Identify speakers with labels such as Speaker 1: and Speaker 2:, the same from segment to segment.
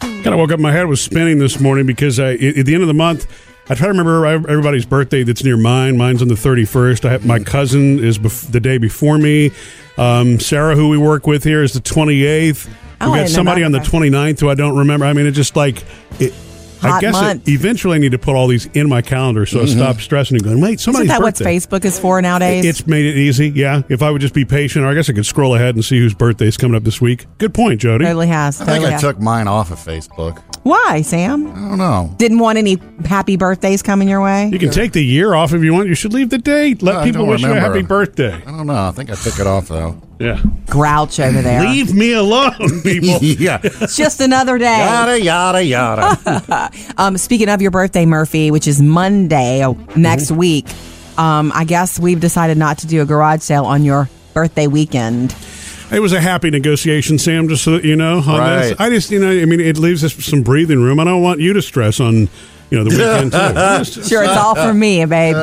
Speaker 1: God, I woke up. My head was spinning this morning because I, at at the end of the month, I try to remember ev- everybody's birthday that's near mine. Mine's on the thirty first. I have, my cousin is bef- the day before me. Um, Sarah, who we work with here, is the twenty eighth.
Speaker 2: Oh, I
Speaker 1: we got
Speaker 2: didn't
Speaker 1: somebody
Speaker 2: know
Speaker 1: on the
Speaker 2: that.
Speaker 1: 29th who I don't remember. I mean, it's just like it. I
Speaker 2: Hot
Speaker 1: guess it-
Speaker 2: month.
Speaker 1: eventually I need to put all these in my calendar so I stop stressing and going, wait,
Speaker 2: Isn't
Speaker 1: somebody's
Speaker 2: that what
Speaker 1: birthday.
Speaker 2: Facebook is for nowadays?
Speaker 1: It's made it easy, yeah. If I would just be patient, or I guess I could scroll ahead and see whose birthday's coming up this week. Good point, Jody.
Speaker 2: totally has.
Speaker 3: I think
Speaker 2: Totally
Speaker 3: I
Speaker 2: has.
Speaker 3: took mine off of Facebook.
Speaker 2: Why, Sam?
Speaker 3: I don't know.
Speaker 2: Didn't want any happy birthdays coming your way.
Speaker 1: You can take the year off if you want. You should leave the date. Let
Speaker 3: No, I
Speaker 1: people
Speaker 3: don't
Speaker 1: wish you a
Speaker 3: remember.
Speaker 1: happy birthday.
Speaker 3: I don't know. I think I took it off though.
Speaker 1: Yeah.
Speaker 2: Grouch over there.
Speaker 1: Leave me alone, people.
Speaker 3: yeah.
Speaker 2: It's just another day.
Speaker 3: Yada yada yada.
Speaker 2: Um, speaking of your birthday, Murphy, which is Monday oh, next week, um, I guess we've decided not to do a garage sale on your birthday weekend.
Speaker 1: It was a happy negotiation, Sam, just so that you know. On this.
Speaker 3: Right.
Speaker 1: I just, you know, I mean, it leaves us some breathing room. I don't want you to stress on, you know, the weekend, too. Just-
Speaker 2: Sure, it's all for me, babe.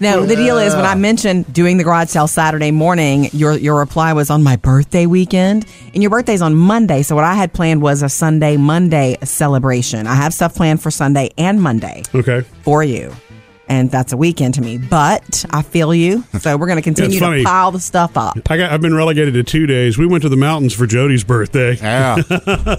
Speaker 2: No, the deal is when I mentioned doing the garage sale Saturday morning, your your reply was on my birthday weekend, and your birthday's on Monday. So what I had planned was a Sunday Monday celebration. I have stuff planned for Sunday and Monday
Speaker 1: Okay.
Speaker 2: for you. And that's a weekend to me, but I feel you. So we're going to continue to
Speaker 1: funny.
Speaker 2: pile the stuff up.
Speaker 1: I got, I've been relegated to two days. We went to the mountains for Jody's birthday.
Speaker 3: yeah.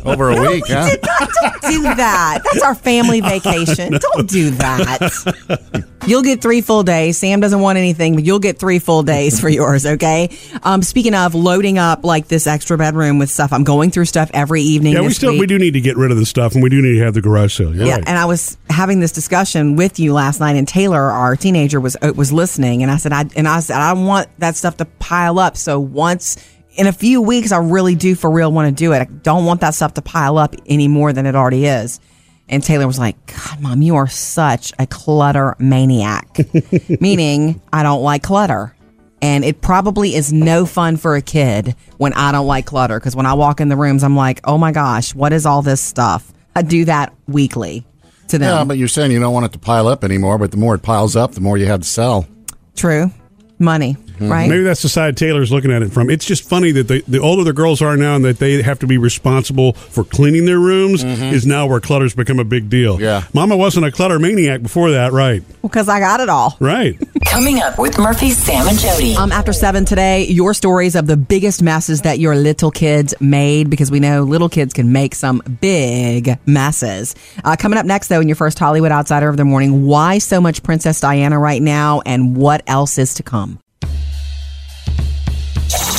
Speaker 3: Over a week,
Speaker 2: We
Speaker 3: huh?
Speaker 2: did not. Don't do that. That's our family vacation. Don't do that. You'll get three full days. Sam doesn't want anything, but you'll get three full days for yours. Okay. Um, speaking of loading up like this extra bedroom with stuff, I'm going through stuff every evening.
Speaker 1: Yeah, we
Speaker 2: this
Speaker 1: still
Speaker 2: week.
Speaker 1: we do need to get rid of the stuff, and we do need to have the garage sale. You're
Speaker 2: Yeah,
Speaker 1: right.
Speaker 2: and I was having this discussion with you last night, and Taylor, our teenager, was uh, was listening, and I said, I and I said, I want that stuff to pile up. So once in a few weeks, I really do for real want to do it. I don't want that stuff to pile up any more than it already is. And Taylor was like, God, mom, you are such a clutter maniac, meaning I don't like clutter. And it probably is no fun for a kid when I don't like clutter. Because when I walk in the rooms, I'm like, oh my gosh, what is all this stuff? I do that weekly to them.
Speaker 3: Yeah, but you're saying you don't want it to pile up anymore, but the more it piles up, the more you have to sell.
Speaker 2: True. Money,
Speaker 3: Mm-hmm.
Speaker 2: right?
Speaker 1: Maybe that's the side Taylor's looking at it from. It's just funny that the, the older the girls are now and that they have to be responsible for cleaning their rooms is now where clutter's become a big deal.
Speaker 3: Yeah.
Speaker 1: Mama wasn't a clutter maniac before that, right?
Speaker 2: Because I got it all.
Speaker 1: Right.
Speaker 4: Coming up with Murphy, Sam, and Jody.
Speaker 2: Um, after seven today, your stories of the biggest messes that your little kids made, because we know little kids can make some big messes. Uh, coming up next, though, in your first Hollywood Outsider of the Morning, why so much Princess Diana right now and what else is to come?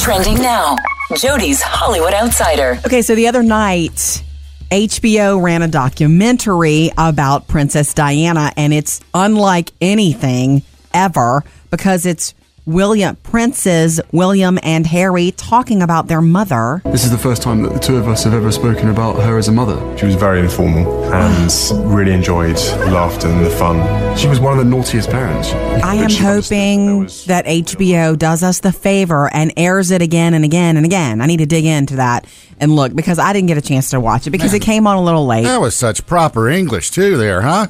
Speaker 4: Trending now. Jody's Hollywood Outsider.
Speaker 2: Okay, so the other night, HBO ran a documentary about Princess Diana, and it's unlike anything ever because it's William, Princes William and Harry talking about their mother.
Speaker 5: This is the first time that the two of us have ever spoken about her as a mother.
Speaker 6: She was very informal and really enjoyed the laughter and the fun.
Speaker 5: She was one of the naughtiest parents.
Speaker 2: I am hoping that HBO does us the favor and airs it again and again and again. I need to dig into that and look because I didn't get a chance to watch it because it came on a little late.
Speaker 3: That was such proper English too there, huh?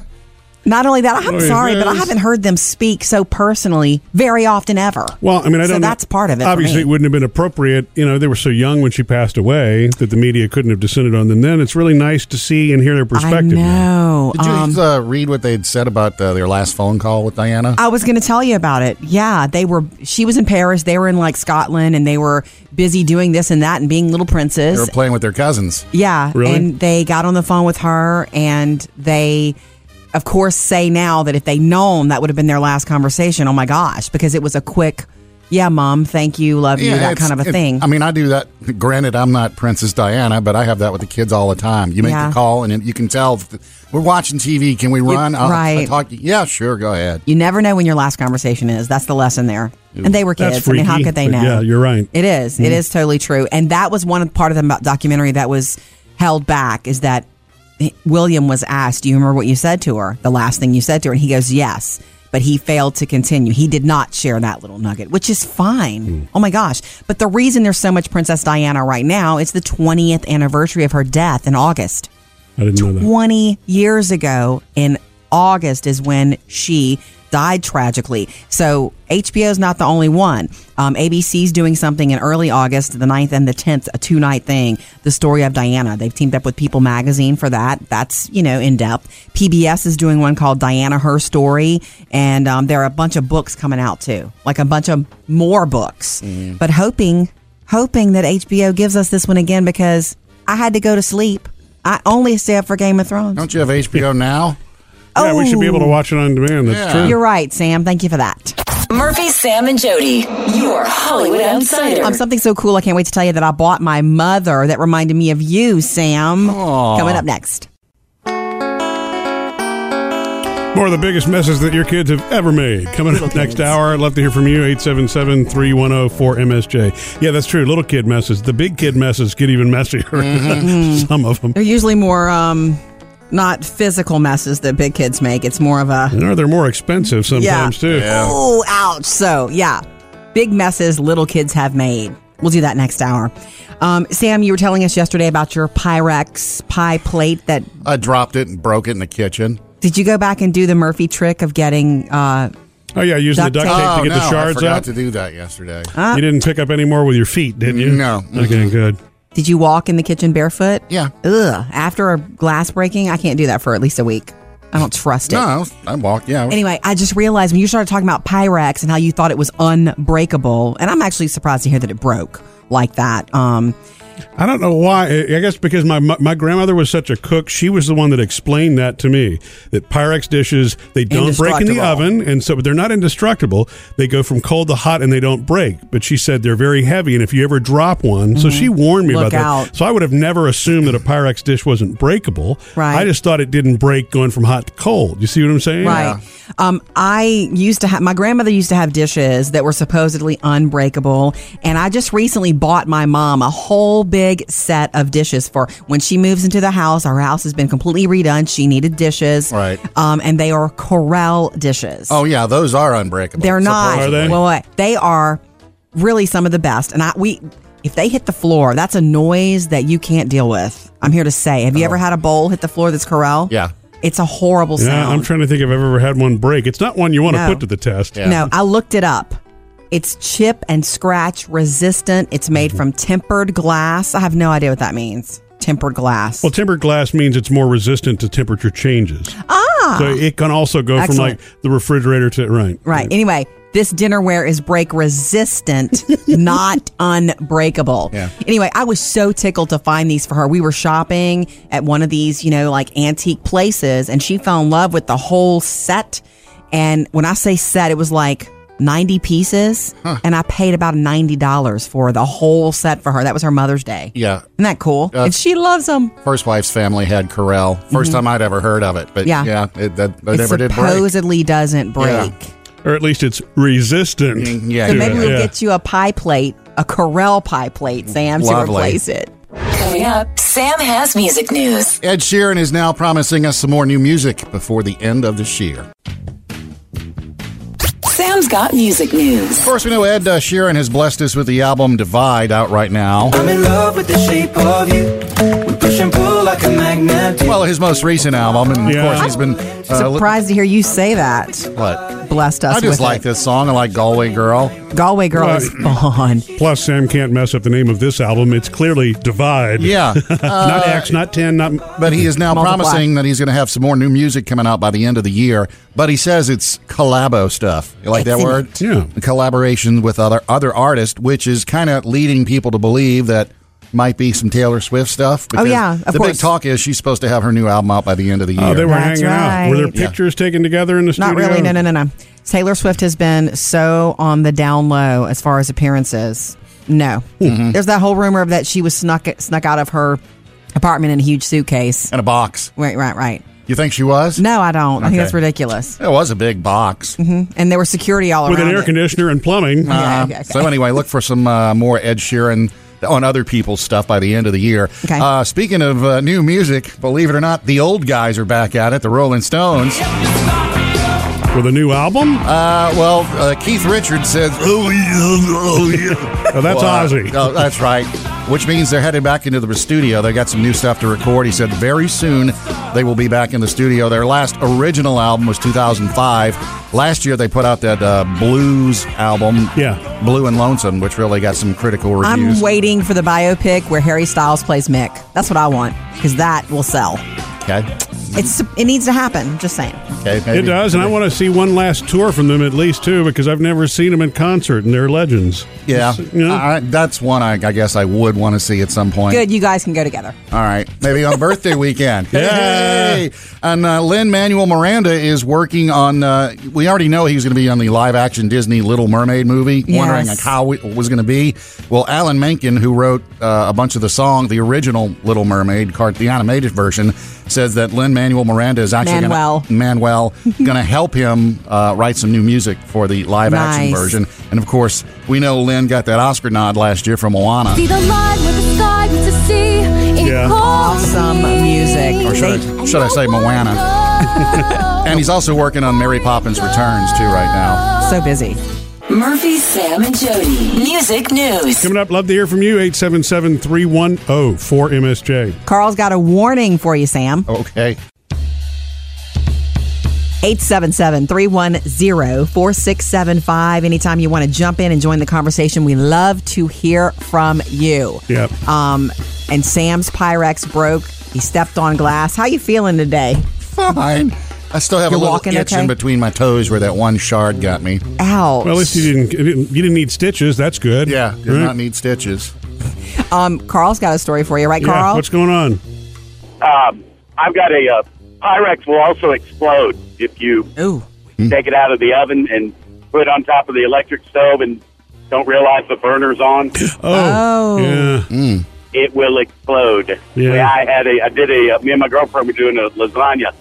Speaker 2: Not only that, I'm
Speaker 1: Oh,
Speaker 2: sorry, but I
Speaker 1: yes.
Speaker 2: haven't heard them speak so personally very often ever.
Speaker 1: Well, I mean, I
Speaker 2: So
Speaker 1: don't. know-
Speaker 2: that's part of it for
Speaker 1: Obviously,
Speaker 2: me.
Speaker 1: it wouldn't have been appropriate. You know, they were so young when she passed away that the media couldn't have descended on them. Then it's really nice to see and hear their
Speaker 2: I
Speaker 1: perspective.
Speaker 2: know.
Speaker 3: Did you
Speaker 2: Um,
Speaker 3: uh, read what they'd said about uh, their last phone call with Diana?
Speaker 2: I was going to tell you about it. Yeah, they were. She was in Paris. They were in like Scotland, and they were busy doing this and that and being little
Speaker 3: they were
Speaker 2: princes.
Speaker 3: playing with their cousins.
Speaker 2: Yeah,
Speaker 1: Really?
Speaker 2: and they got on the phone with her, and they, of course, say now that if they known that would have been their last conversation. Oh my gosh, because it was a quick, yeah, mom, thank you, love you, that
Speaker 3: it's-
Speaker 2: kind of a
Speaker 3: it-
Speaker 2: thing.
Speaker 3: I mean, I do that. Granted, I'm not Princess Diana, but I have that with the kids all the time. You make
Speaker 2: Yeah.
Speaker 3: the call, and you can tell if- we're watching TV. Can we run? I'll- I'll
Speaker 2: right.
Speaker 3: talk- yeah, sure. Go ahead.
Speaker 2: You never know when your last conversation is. That's the lesson there. And they were kids.
Speaker 1: That's
Speaker 2: I mean, how
Speaker 1: freaky,
Speaker 2: could they
Speaker 1: but
Speaker 2: know?
Speaker 1: yeah, you're right. Mm-hmm.
Speaker 2: It is. It is totally true. And that was one part of the mo- documentary that was held back is that William was asked, "Do you remember what you said to her? The last thing you said to her?" And he goes, "Yes." But he failed to continue. He did not share that little nugget, which is fine.
Speaker 1: Mm.
Speaker 2: Oh my gosh. But the reason there's so much Princess Diana right now, it's the 20th anniversary of her death in August.
Speaker 1: I didn't know that.
Speaker 2: 20 years ago in August is when she died tragically. So HBO's not the only one. Um, ABC's doing something in early August, the 9th and the 10th, a two night thing, the story of Diana. They've teamed up with People Magazine for that. That's, you know, in depth. PBS is doing one called Diana Her Story. And um, there are a bunch of books coming out too, like a bunch of more books. But hoping, hoping that HBO gives us this one again because I had to go to sleep. I only stay up for Game of Thrones.
Speaker 3: Don't you have HBO now?
Speaker 1: Yeah, we should be able to
Speaker 2: Oh.
Speaker 1: watch it on demand. That's
Speaker 3: Yeah.
Speaker 1: true.
Speaker 2: You're right, Sam. Thank you for that.
Speaker 4: Murphy, Sam, and Jody, your Hollywood outsider.
Speaker 2: Um, something so cool, I can't wait to tell you that I bought my mother that reminded me of you, Sam. Coming up next.
Speaker 1: More of the biggest messes that your kids have ever made. Coming up next hour, I'd love to hear from you. 877 310 4MSJ. Yeah, that's true. Little kid messes. The big kid messes get even messier. Some of them.
Speaker 2: They're usually more um, not physical messes that big kids make. It's more of a,
Speaker 1: No, they're more expensive sometimes, too.
Speaker 2: oh, ouch. So, yeah, big messes little kids have made. We'll do that next hour. Um, Sam, you were telling us yesterday about your Pyrex pie plate that
Speaker 3: I dropped it and broke it in the kitchen.
Speaker 2: did you go back and do the Murphy trick of getting uh,
Speaker 1: Oh, yeah, using
Speaker 2: Duct
Speaker 1: the duct
Speaker 2: tape.
Speaker 1: tape
Speaker 3: oh,
Speaker 1: to get
Speaker 3: no,
Speaker 1: the
Speaker 3: I
Speaker 1: shards
Speaker 3: forgot
Speaker 1: out.
Speaker 3: to do that yesterday.
Speaker 1: You didn't pick up any more with your feet, did you?
Speaker 3: No.
Speaker 1: Okay, good.
Speaker 2: Did you walk in the kitchen barefoot?
Speaker 3: Yeah.
Speaker 2: Ugh. After a glass breaking, I can't do that for at least a week. I don't trust it.
Speaker 3: no, I, was, I walked. Yeah, I was-
Speaker 2: Anyway, I just realized when you started talking about Pyrex and how you thought it was unbreakable, and I'm actually surprised to hear that it broke like that. Um,
Speaker 1: I don't know why. I I guess because my my grandmother was such a cook, she was the one that explained that to me. That Pyrex dishes they don't break in the
Speaker 2: Indestructible.
Speaker 1: oven, and so but they're not indestructible. They go from cold to hot, and they don't break. But she said they're very heavy, and if you ever drop one, so she warned me
Speaker 2: Mm-hmm. Look
Speaker 1: about that.
Speaker 2: out.
Speaker 1: So I would have never assumed that a Pyrex dish wasn't breakable.
Speaker 2: Right.
Speaker 1: I just thought it didn't break going from hot to cold. You see what I'm saying?
Speaker 2: Right. Um, I used to have my grandmother used to have dishes that were supposedly unbreakable, and I just recently bought my mom a whole big set of dishes for when she moves into the house. Our house has been completely redone. She needed dishes,
Speaker 3: Right.
Speaker 2: Um, and they are Corel dishes.
Speaker 3: oh yeah, those are unbreakable.
Speaker 2: They're not.
Speaker 1: Are
Speaker 3: supposedly.
Speaker 1: they?
Speaker 2: Well, wait, they are really some of the best. And I we if they hit the floor, that's a noise that you can't deal with. I'm here to say. Have you ever had a bowl hit the floor that's corral?
Speaker 3: Oh. Yeah.
Speaker 2: It's a horrible
Speaker 1: Yeah,
Speaker 2: sound.
Speaker 1: I'm trying to think if I've ever had one break. It's not one you want to
Speaker 2: No.
Speaker 1: put to the test.
Speaker 3: Yeah.
Speaker 2: No, I looked it up. It's chip and scratch resistant. It's made
Speaker 3: Mm-hmm.
Speaker 2: from tempered glass. I have no idea what that means. Tempered glass.
Speaker 1: Well, tempered glass means it's more resistant to temperature changes. Ah. So it can also go
Speaker 2: Excellent.
Speaker 1: from like the refrigerator to right.
Speaker 2: Right. Anyway, this dinnerware is break resistant, not unbreakable.
Speaker 3: Yeah.
Speaker 2: Anyway, I was so tickled to find these for her. We were shopping at one of these, you know, like antique places, and she fell in love with the whole set. And when I say set, it was like 90 pieces, and I paid about $90 for the whole set for her. That was her Mother's Day.
Speaker 3: Yeah.
Speaker 2: Isn't that cool?
Speaker 3: Uh,
Speaker 2: and she loves them.
Speaker 3: First wife's family had Corel. 1st time I'd ever heard of it. But
Speaker 2: Mm-hmm. Yeah.
Speaker 3: yeah, it, that, that
Speaker 2: It
Speaker 3: never did break.
Speaker 2: supposedly doesn't break.
Speaker 1: Or at least it's resistant.
Speaker 3: Mm, yeah,
Speaker 1: to
Speaker 2: So
Speaker 3: yeah,
Speaker 2: maybe
Speaker 1: it.
Speaker 2: we'll
Speaker 1: Yeah.
Speaker 2: get you a pie plate, a Corel pie plate, Sam, to
Speaker 3: Lovely.
Speaker 2: replace it.
Speaker 4: Coming up, Sam has music news.
Speaker 3: Ed Sheeran is now promising us some more new music before the end of this year.
Speaker 4: Sam's got music news.
Speaker 3: Of course, we know Ed uh, Sheeran has blessed us with the album Divide out right now.
Speaker 7: I'm in love with the shape of you. We push and pull like a magnet.
Speaker 8: Uh,
Speaker 7: do.
Speaker 3: Well, his most recent album, and
Speaker 1: Yeah.
Speaker 3: of course, he's been. Uh, li-
Speaker 2: Surprised to hear you say that.
Speaker 3: what?
Speaker 2: Blessed us.
Speaker 3: I just
Speaker 2: with
Speaker 3: like
Speaker 2: it.
Speaker 3: this song. I like Galway Girl.
Speaker 2: Galway Girl is fun.
Speaker 1: Plus, Sam can't mess up the name of this album. It's clearly Divide. Uh,
Speaker 3: Yeah.
Speaker 2: Uh,
Speaker 3: Uh,
Speaker 1: not X, not 10, not. oh,
Speaker 3: But he is now
Speaker 2: Multiply.
Speaker 3: promising that he's going to have some more new music coming out by the end of the year. But he says it's collabo stuff. You like that word?
Speaker 2: Excellent.
Speaker 1: Yeah.
Speaker 3: Collaboration with other other artists, which is kind of leading people to believe that might be some Taylor Swift stuff. because
Speaker 2: Oh, yeah, of
Speaker 3: the big
Speaker 2: course.
Speaker 3: talk is she's supposed to have her new album out by the end of the year.
Speaker 1: Oh, they were
Speaker 2: That's
Speaker 1: hanging out. Were there
Speaker 2: right.
Speaker 1: pictures taken together in the studio?
Speaker 2: Not really. No, no, no, no. Taylor Swift has been so on the down low as far as appearances. No,
Speaker 3: Mm-hmm.
Speaker 2: there's that whole rumor of that she was snuck snuck out of her apartment in a huge suitcase.
Speaker 3: in a box.
Speaker 2: Right, right, right.
Speaker 3: You think she was?
Speaker 2: No, I don't. I think
Speaker 3: Okay.
Speaker 2: that's ridiculous.
Speaker 3: It was a big box.
Speaker 2: And there was security all
Speaker 1: With an
Speaker 2: around.
Speaker 1: air
Speaker 2: it.
Speaker 1: conditioner and plumbing.
Speaker 3: Uh,
Speaker 2: okay, okay.
Speaker 3: So anyway, look for some uh, more Ed Sheeran on other people's stuff by the end of the year.
Speaker 2: Okay.
Speaker 3: Uh, speaking of uh, new music, believe it or not, the old guys are back at it. The Rolling Stones.
Speaker 1: With a new album?
Speaker 3: Uh, well, uh, Keith Richards says, "Oh yeah, oh yeah."
Speaker 1: Oh, that's
Speaker 3: Well, uh,
Speaker 1: Ozzy.
Speaker 3: oh, that's right. which means they're headed back into the studio. They got some new stuff to record. He said very soon they will be back in the studio. Their last original album was 2005. Last year they put out that uh, blues album,
Speaker 1: Yeah.
Speaker 3: Blue and Lonesome, which really got some critical reviews.
Speaker 2: I'm waiting for the biopic where Harry Styles plays Mick. That's what I want because that will sell.
Speaker 3: Okay,
Speaker 2: It's it needs to happen. Just saying.
Speaker 3: okay, maybe.
Speaker 1: It does, and I want to see one last tour from them at least too, because I've never seen them in concert, and they're legends.
Speaker 3: Yeah,
Speaker 1: Just, you know?
Speaker 3: I, I- that's one I, I guess I would want to see at some point.
Speaker 2: Good, you guys can go together.
Speaker 3: All right, maybe on birthday weekend.
Speaker 1: Yeah.
Speaker 3: Hey! And uh, Lynn Manuel Miranda is working on. Uh, we already know he's going to be on the live-action Disney Little Mermaid movie.
Speaker 2: Yes.
Speaker 3: Wondering like how it was going to be. Well, Alan Menken, who wrote uh, a bunch of the song, the original Little Mermaid, cart the animated version, says that Lynn Manuel Miranda is actually gonna-
Speaker 2: Manuel.
Speaker 3: Manuel going to help him uh, write some new music for the live-action
Speaker 2: Nice.
Speaker 3: version. And of course, we know Lynn got that Oscar nod last year for Moana.
Speaker 9: See the line where the sky meets the sea. It
Speaker 1: Yeah.
Speaker 9: calls
Speaker 2: Awesome
Speaker 9: me.
Speaker 2: music.
Speaker 3: Or should I, should I say Moana? And he's also working on Mary Poppins Returns too right now.
Speaker 2: So busy.
Speaker 4: Murphy, Sam, and Jody. Music news.
Speaker 1: Coming up, love to hear from you. 877 310 4MSJ.
Speaker 2: Carl's got a warning for you, Sam.
Speaker 3: Okay.
Speaker 2: 877 310 4675. Anytime you want to jump in and join the conversation, we love to hear from you.
Speaker 1: Yep.
Speaker 2: Um, and Sam's Pyrex broke. He stepped on glass. How you feeling today?
Speaker 3: Fine. I still have
Speaker 2: You're
Speaker 3: a little
Speaker 2: walking
Speaker 3: itch
Speaker 2: okay?
Speaker 3: in between my toes where that one shard got me.
Speaker 2: Ouch.
Speaker 1: Well, at least you didn't, you didn't need stitches. That's good.
Speaker 3: Did
Speaker 1: Right?
Speaker 3: not need stitches.
Speaker 2: um, Carl's got a story for you, right,
Speaker 1: Yeah,
Speaker 2: Carl?
Speaker 1: What's going on?
Speaker 10: Um, I've got a uh, Pyrex will also explode if you
Speaker 2: Ooh.
Speaker 3: Hmm.
Speaker 10: take it out of the oven and put it on top of the electric stove and don't realize the burner's on.
Speaker 1: Oh.
Speaker 2: Oh.
Speaker 1: Yeah.
Speaker 10: it will explode.
Speaker 1: Yeah.
Speaker 10: I had a I did a me and my girlfriend were doing a lasagna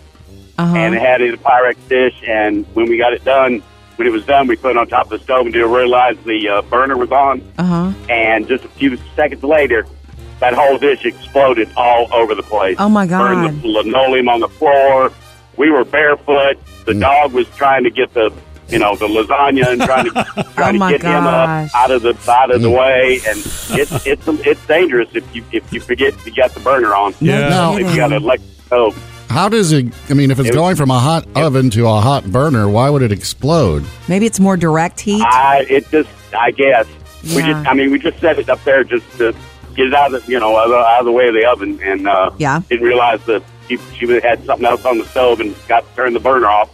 Speaker 2: Uh-huh.
Speaker 10: and it had it in a Pyrex dish and when we got it done. When it was done, we put it on top of the stove and didn't realize the uh, burner was on.
Speaker 2: Uh-huh.
Speaker 10: And just a few seconds later, that whole dish exploded all over the place.
Speaker 2: Oh, my God.
Speaker 10: Burned the linoleum on the floor. We were barefoot. The dog was trying to get the, you know, the lasagna and trying to trying
Speaker 2: Oh, my
Speaker 10: to get him
Speaker 2: gosh.
Speaker 10: up out of the out of the
Speaker 3: Mm.
Speaker 10: way. And it's it's it's dangerous if you if you forget you got the burner on.
Speaker 1: Yeah.
Speaker 3: No.
Speaker 10: If you got an electric stove.
Speaker 3: How does it? I mean, if it's
Speaker 10: It-
Speaker 3: going from a hot oven to a hot burner, why would it explode?
Speaker 2: Maybe it's more direct heat.
Speaker 10: I it just I guess we
Speaker 2: Yeah.
Speaker 10: just I mean we just set it up there just to get it out of the, you know out of, the- out of the way of the oven and uh,
Speaker 2: Yeah.
Speaker 10: didn't realize that she, she had something else on the stove and got to turn the burner off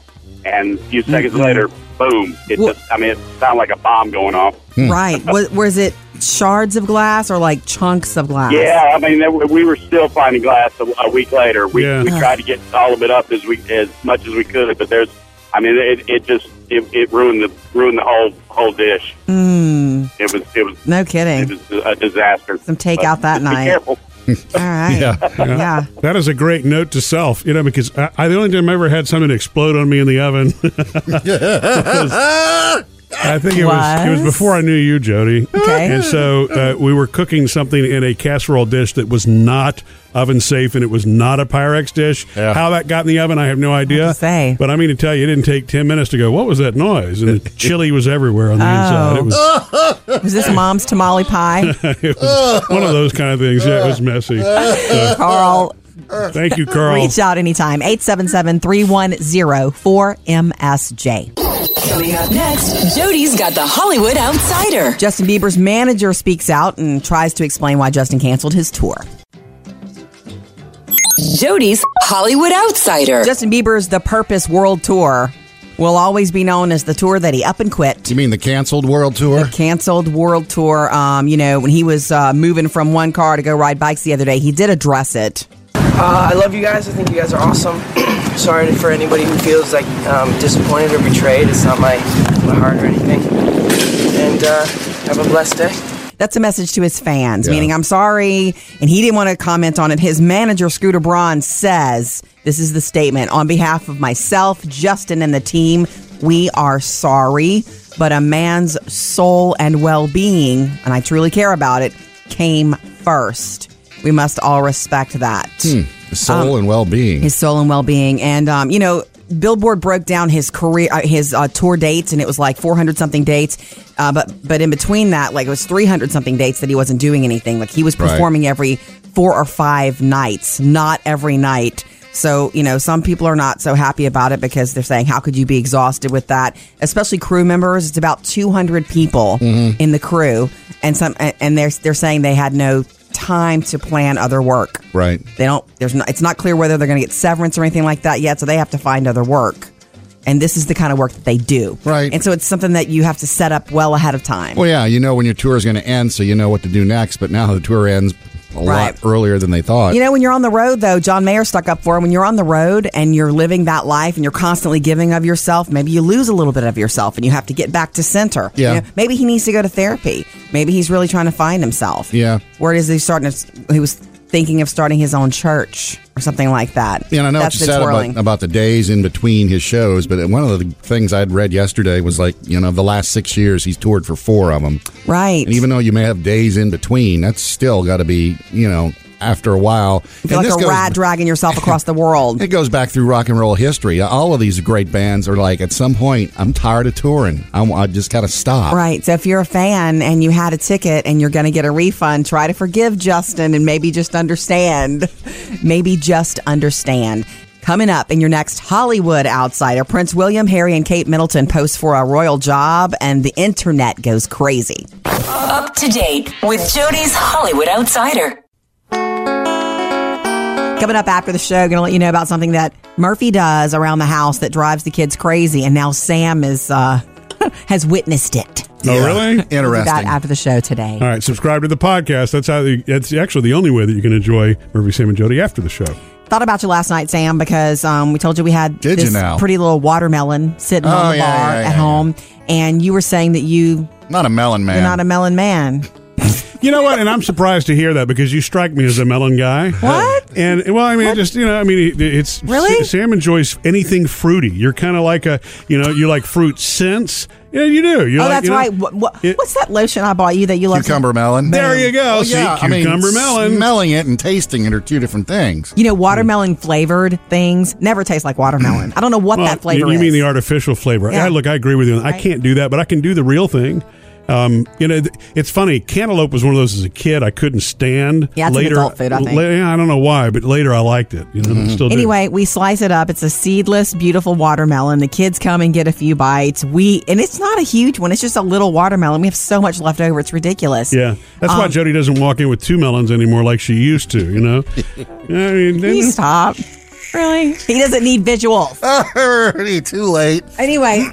Speaker 10: and a few seconds
Speaker 3: Mm-hmm.
Speaker 10: later boom it
Speaker 2: Well-
Speaker 10: just I mean it sounded like a bomb going off
Speaker 2: Right. was, was it shards of glass or like chunks of glass?
Speaker 10: yeah I mean there, we were still finding glass a, a week later we,
Speaker 1: Yeah.
Speaker 10: we tried to get all of it up as we as much as we could but there's I mean it, it just it, it ruined the ruined the whole whole dish
Speaker 2: Mm,
Speaker 10: it was it was
Speaker 2: no
Speaker 10: It
Speaker 2: kidding.
Speaker 10: was a disaster.
Speaker 2: Some takeout that
Speaker 10: But be
Speaker 2: night.
Speaker 10: careful.
Speaker 2: All right. yeah.
Speaker 1: That is a great note to self, you know, because I, I the only time I ever had something explode on me in the oven. I think it was it was
Speaker 2: Was?
Speaker 1: before I knew you, Jody.
Speaker 2: Okay.
Speaker 1: And so uh, we were cooking something in a casserole dish that was not oven safe, and it was not a Pyrex dish.
Speaker 3: Yeah.
Speaker 1: How that got in the oven, I have no idea.
Speaker 2: to say.
Speaker 1: But I mean to tell you, it didn't take ten minutes to go. What was that noise? And the chili was everywhere on the inside. It was,
Speaker 2: Was this mom's tamale pie?
Speaker 1: it was one of those kind of things. Yeah, it was messy. So,
Speaker 2: Carl,
Speaker 1: thank you, Carl.
Speaker 2: reach out anytime. 877 310 4MSJ.
Speaker 4: Coming up next, Jody's got the Hollywood Outsider.
Speaker 2: Justin Bieber's manager speaks out and tries to explain why Justin canceled his tour.
Speaker 4: Jody's Hollywood Outsider.
Speaker 2: Justin Bieber's The Purpose World Tour will always be known as the tour that he up and quit.
Speaker 3: You mean the canceled world tour?
Speaker 2: canceled world tour. Um, you know, when he was uh, moving from one car to go ride bikes the other day, he did address it.
Speaker 8: I love you guys. I think you guys are awesome. Sorry for anybody who feels like um, disappointed or betrayed. It's not my, my heart or anything. And uh, have a blessed day.
Speaker 2: That's a message to his fans,
Speaker 3: Yeah.
Speaker 2: meaning I'm sorry. And he didn't want to comment on it. His manager, Scooter Braun, says this is the statement on behalf of myself, Justin, and the team. We are sorry, but a man's soul and well being, and I truly care about it, came first. We must all respect that.
Speaker 3: Soul and well-being.
Speaker 2: his soul and well being. And, um, you know, Billboard broke down his career, uh, his uh, tour dates, and it was like 400 something dates. Uh, but but in between that, like it was 300 something dates that he wasn't doing anything. Like he was
Speaker 3: Right.
Speaker 2: performing every four or five nights, not every night. So you know, some people are not so happy about it because they're saying, "How could you be exhausted with that?" Especially crew members. It's about 200 people
Speaker 3: Mm-hmm.
Speaker 2: in the crew, and some and they're they're saying they had no time to plan other work.
Speaker 3: Right.
Speaker 2: They don't. There's not. It's not clear whether they're going to get severance or anything like that yet. So they have to find other work. And this is the kind of work that they do.
Speaker 3: Right.
Speaker 2: And so it's something that you have to set up well ahead of time.
Speaker 3: Well, yeah, you know when your tour is going to end, so you know what to do next. But now the tour ends a
Speaker 2: Right.
Speaker 3: lot earlier than they thought.
Speaker 2: You know, when you're on the road, though, John Mayer stuck up for him. When you're on the road and you're living that life and you're constantly giving of yourself, maybe you lose a little bit of yourself and you have to get back to center.
Speaker 3: Yeah.
Speaker 2: You know, maybe he needs to go to therapy. Maybe he's really trying to find himself.
Speaker 3: Yeah.
Speaker 2: Where is he starting to, he was thinking of starting his own church or something like that.
Speaker 3: Yeah, and I know
Speaker 2: That's
Speaker 3: what you
Speaker 2: been
Speaker 3: said
Speaker 2: swirling.
Speaker 3: about, about the days in between his shows, but one of the things I'd read yesterday was like, you know, the last six years he's toured for four of them.
Speaker 2: Right.
Speaker 3: And even though you may have days in between, that's still got to be, you know, after a while.
Speaker 2: you feel
Speaker 3: And
Speaker 2: like
Speaker 3: this
Speaker 2: a
Speaker 3: goes-
Speaker 2: rat dragging yourself across the world.
Speaker 3: It goes back through rock and roll history. All of these great bands are like, at some point, I'm tired of touring. I'm, I just got to stop.
Speaker 2: Right. So if you're a fan and you had a ticket and you're going to get a refund, try to forgive Justin and maybe just understand. Maybe just understand. Coming up in your next Hollywood Outsider, Prince William, Harry, and Kate Middleton post for a royal job, and the internet goes crazy.
Speaker 4: Up to date with Jody's Hollywood Outsider.
Speaker 2: Coming up after the show, going to let you know about something that Murphy does around the house that drives the kids crazy, and now Sam is uh, has witnessed it.
Speaker 1: Oh, really?
Speaker 2: That
Speaker 3: Interesting.
Speaker 2: after the show today.
Speaker 1: All right, subscribe to the podcast. That's how. The, that's actually the only way that you can enjoy Murphy, Sam, and Jody after the show.
Speaker 2: Thought about you last night, Sam, because um, we told you we had
Speaker 3: Did you
Speaker 2: this
Speaker 3: now?
Speaker 2: pretty little watermelon sitting
Speaker 3: Oh,
Speaker 2: on the
Speaker 3: yeah,
Speaker 2: bar
Speaker 3: yeah, yeah,
Speaker 2: at
Speaker 3: yeah.
Speaker 2: home, and you were saying that you
Speaker 3: Not a melon man.
Speaker 2: you're not a melon man.
Speaker 1: You know what? And I'm surprised to hear that because you strike me as a melon guy.
Speaker 2: What?
Speaker 1: And well, I mean, just you know, I mean, it- it's
Speaker 2: Really?
Speaker 1: Sa- Sam enjoys anything fruity. You're kind of like a, you know, you like fruit scents. Yeah, you do. You
Speaker 2: oh,
Speaker 1: like,
Speaker 2: that's
Speaker 1: you know-
Speaker 2: right. What, what,
Speaker 1: It-
Speaker 2: what's that lotion I bought you that you love? so-
Speaker 3: Cucumber melon.
Speaker 1: There you go.
Speaker 3: Well,
Speaker 1: See,
Speaker 3: yeah, I
Speaker 1: cucumber
Speaker 3: mean,
Speaker 1: melon.
Speaker 3: Smelling it and tasting it are two different things.
Speaker 2: You know, watermelon flavored things never taste like watermelon. I don't know what
Speaker 1: Well,
Speaker 2: that flavor
Speaker 1: You, you
Speaker 2: is.
Speaker 1: mean the artificial flavor?
Speaker 2: Yeah.
Speaker 1: Yeah. look, I agree with you. I can't do that, but I can do the real thing. Um, you know, th- it's funny. Cantaloupe was one of those as a kid I couldn't stand.
Speaker 2: Yeah, it's an
Speaker 1: later,
Speaker 2: adult food, I think.
Speaker 1: la- yeah, I don't know why, but later I liked it. You know, and I still do.
Speaker 2: Anyway, we slice it up. It's a seedless, beautiful watermelon. The kids come and get a few bites. We and it's not a huge one. It's just a little watermelon. We have so much left over. It's ridiculous.
Speaker 1: Yeah, that's why
Speaker 2: Um,
Speaker 1: Jody doesn't walk in with two melons anymore like she used to. You know, I mean,
Speaker 2: Can you stop? Really? He doesn't need visuals.
Speaker 3: Already too late.
Speaker 2: Anyway,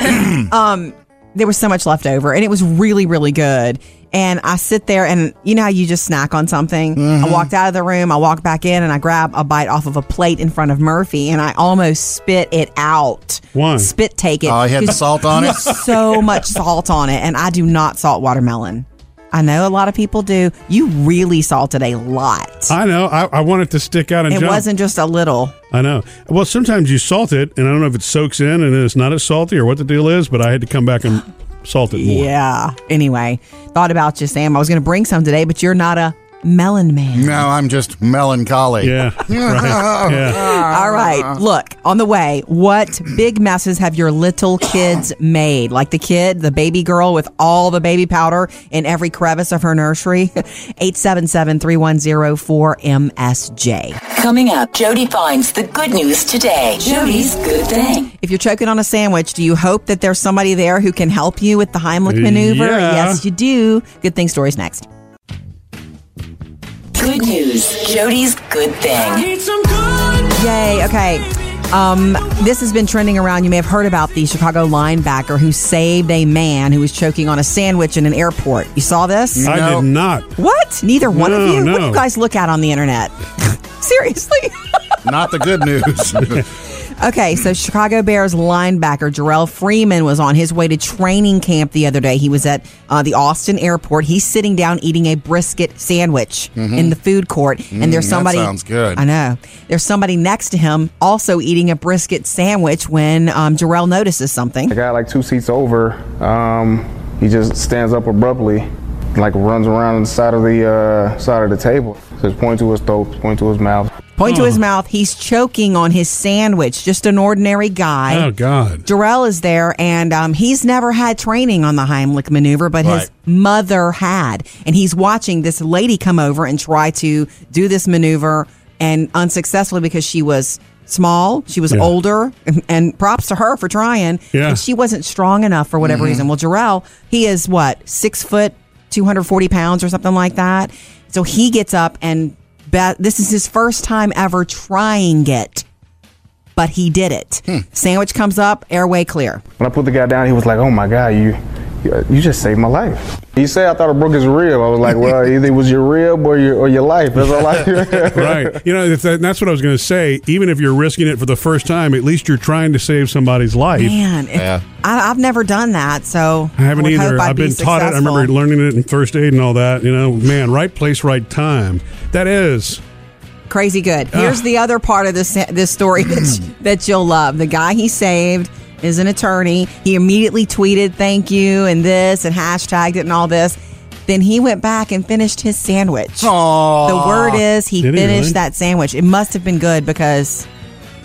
Speaker 2: um, there was so much left over, and it was really, really good. And I sit there, and you know how you just snack on something. I walked out of the room, I walked back in, and I grab a bite off of a plate in front of Murphy, and I almost spit it out.
Speaker 1: Why?
Speaker 2: Spit take it.
Speaker 3: Oh, I had
Speaker 2: 'Cause
Speaker 3: salt on it.
Speaker 2: so much salt on it, and I do not salt watermelon. I know a lot of people do. You really salted a lot.
Speaker 1: I know. I, I want it to stick out and
Speaker 2: it
Speaker 1: jump.
Speaker 2: wasn't just a little.
Speaker 1: I know. Well, sometimes you salt it, and I don't know if it soaks in and it's not as salty or what the deal is. But I had to come back and salt it more.
Speaker 2: Yeah. Anyway, thought about you, Sam. I was going to bring some today, but you're not a melon man.
Speaker 3: No, I'm just melancholy.
Speaker 1: Yeah. right. Yeah.
Speaker 2: All right. Look, on the way, what big messes have your little kids made? Like the kid, the baby girl with all the baby powder in every crevice of her nursery? 877 310 4MSJ.
Speaker 4: Coming up, Jody finds the good news today. Jody's good thing.
Speaker 2: If you're choking on a sandwich, do you hope that there's somebody there who can help you with the Heimlich maneuver?
Speaker 1: Uh, Yeah.
Speaker 2: Yes, you do. Good thing stories next.
Speaker 4: Good news. Jody's good thing.
Speaker 7: Need some good.
Speaker 2: Yay. Okay. Um, this has been trending around. You may have heard about the Chicago linebacker who saved a man who was choking on a sandwich in an airport. You saw this?
Speaker 1: I
Speaker 3: No.
Speaker 1: did not.
Speaker 2: what? Neither one of
Speaker 1: Mm. No,
Speaker 2: you? What do
Speaker 1: no.
Speaker 2: you guys look at on the internet? Seriously?
Speaker 3: Not the good news.
Speaker 2: Okay, so Chicago Bears linebacker Jarrell Freeman was on his way to training camp the other day. He was at uh, the Austin airport. He's sitting down eating a brisket sandwich in the food court, and there's
Speaker 3: Mm-hmm. Mm, that
Speaker 2: somebody.
Speaker 3: sounds good.
Speaker 2: I know. There's somebody next to him also eating a brisket sandwich when um, Jarrell notices something.
Speaker 11: The guy like two seats over, um, he just stands up abruptly, like runs around the side of the uh, side of the table. Just point to his throat, point to his mouth.
Speaker 2: Point to his mouth. He's choking on his sandwich. Just an ordinary guy.
Speaker 1: Oh, God.
Speaker 2: Darrell is there, and um, he's never had training on the Heimlich maneuver, but
Speaker 1: Right.
Speaker 2: his mother had. And he's watching this lady come over and try to do this maneuver and unsuccessfully because she was small, she was
Speaker 12: Yeah.
Speaker 2: older, and, and props to her for trying.
Speaker 12: Yeah.
Speaker 2: And she wasn't strong enough for whatever
Speaker 1: Mm-hmm.
Speaker 12: Mhm.
Speaker 2: reason. Well, Jarrell, he is what, six foot, 240 pounds or something like that. So he gets up and ba- this is his first time ever trying it but he did it.
Speaker 1: Hmm.
Speaker 2: Sandwich comes up, airway clear.
Speaker 5: When I put the guy down, he was like, "Oh my God, you, you- you just saved my life." He said, "I thought I broke his rib." I was like, "Well, either it was your rib or your or your life." That's all I.
Speaker 1: right. You know, if that, that's what I was going to say. Even if you're risking it for the first time, at least you're trying to save somebody's life.
Speaker 2: Man, it- I, I've never done that, so
Speaker 1: I haven't
Speaker 2: would
Speaker 1: either.
Speaker 2: hope I'd
Speaker 1: I've been
Speaker 2: be
Speaker 1: taught it. I remember
Speaker 2: successful.
Speaker 1: learning it in first aid and all that. You know, man, right place, right time. That is.
Speaker 2: Crazy good. Here's
Speaker 1: Ugh.
Speaker 2: the other part of this this story that, that you'll love. The guy he saved is an attorney. He immediately tweeted thank you and this and hashtagged it and all this. Then he went back and finished his sandwich. The
Speaker 3: Oh,
Speaker 2: word is he
Speaker 1: Did he
Speaker 2: finished
Speaker 1: really?
Speaker 2: that sandwich. It must have been good because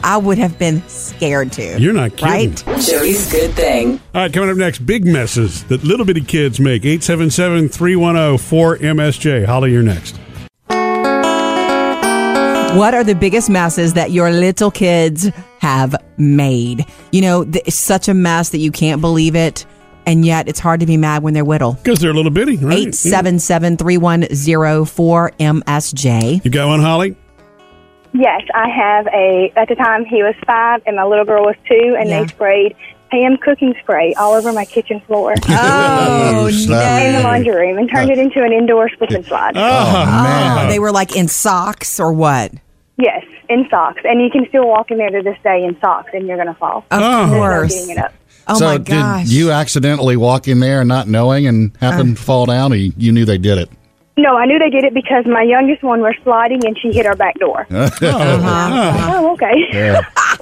Speaker 2: I would have been scared to.
Speaker 1: You're not kidding.
Speaker 2: Right?
Speaker 4: Jody's good thing.
Speaker 1: All right, coming up next, big messes that little bitty kids make. 877 310 4MSJ. Holly, you're next.
Speaker 2: What are the biggest messes that your little kids have made? You know, th- it's such a mess that you can't believe it, and yet it's hard to be mad when they're whittle.
Speaker 1: Because they're a little bitty, right?
Speaker 2: Eight seven seven three one zero four MSJ.
Speaker 1: You got one, Holly?
Speaker 8: Yes, I have a. At the time, he was five, and my little girl was two, and
Speaker 2: Yeah.
Speaker 8: they sprayed ham cooking spray all over my kitchen floor.
Speaker 2: Oh,
Speaker 8: In the
Speaker 2: no.
Speaker 8: laundry room, and turned it into an indoor slip and slide.
Speaker 2: Oh, they were like in socks or what?
Speaker 8: Yes, in socks, and you can still walk in there to this day in socks, and you're gonna fall.
Speaker 2: Of
Speaker 8: There's no
Speaker 2: course.
Speaker 8: getting it up.
Speaker 3: Oh.
Speaker 2: Oh
Speaker 3: so did you accidentally walk in there not knowing and happened
Speaker 2: Uh.
Speaker 3: to fall down, or you you knew they did it?
Speaker 8: No, I knew they did it because my youngest one was sliding, and she hit our back door. Oh, okay.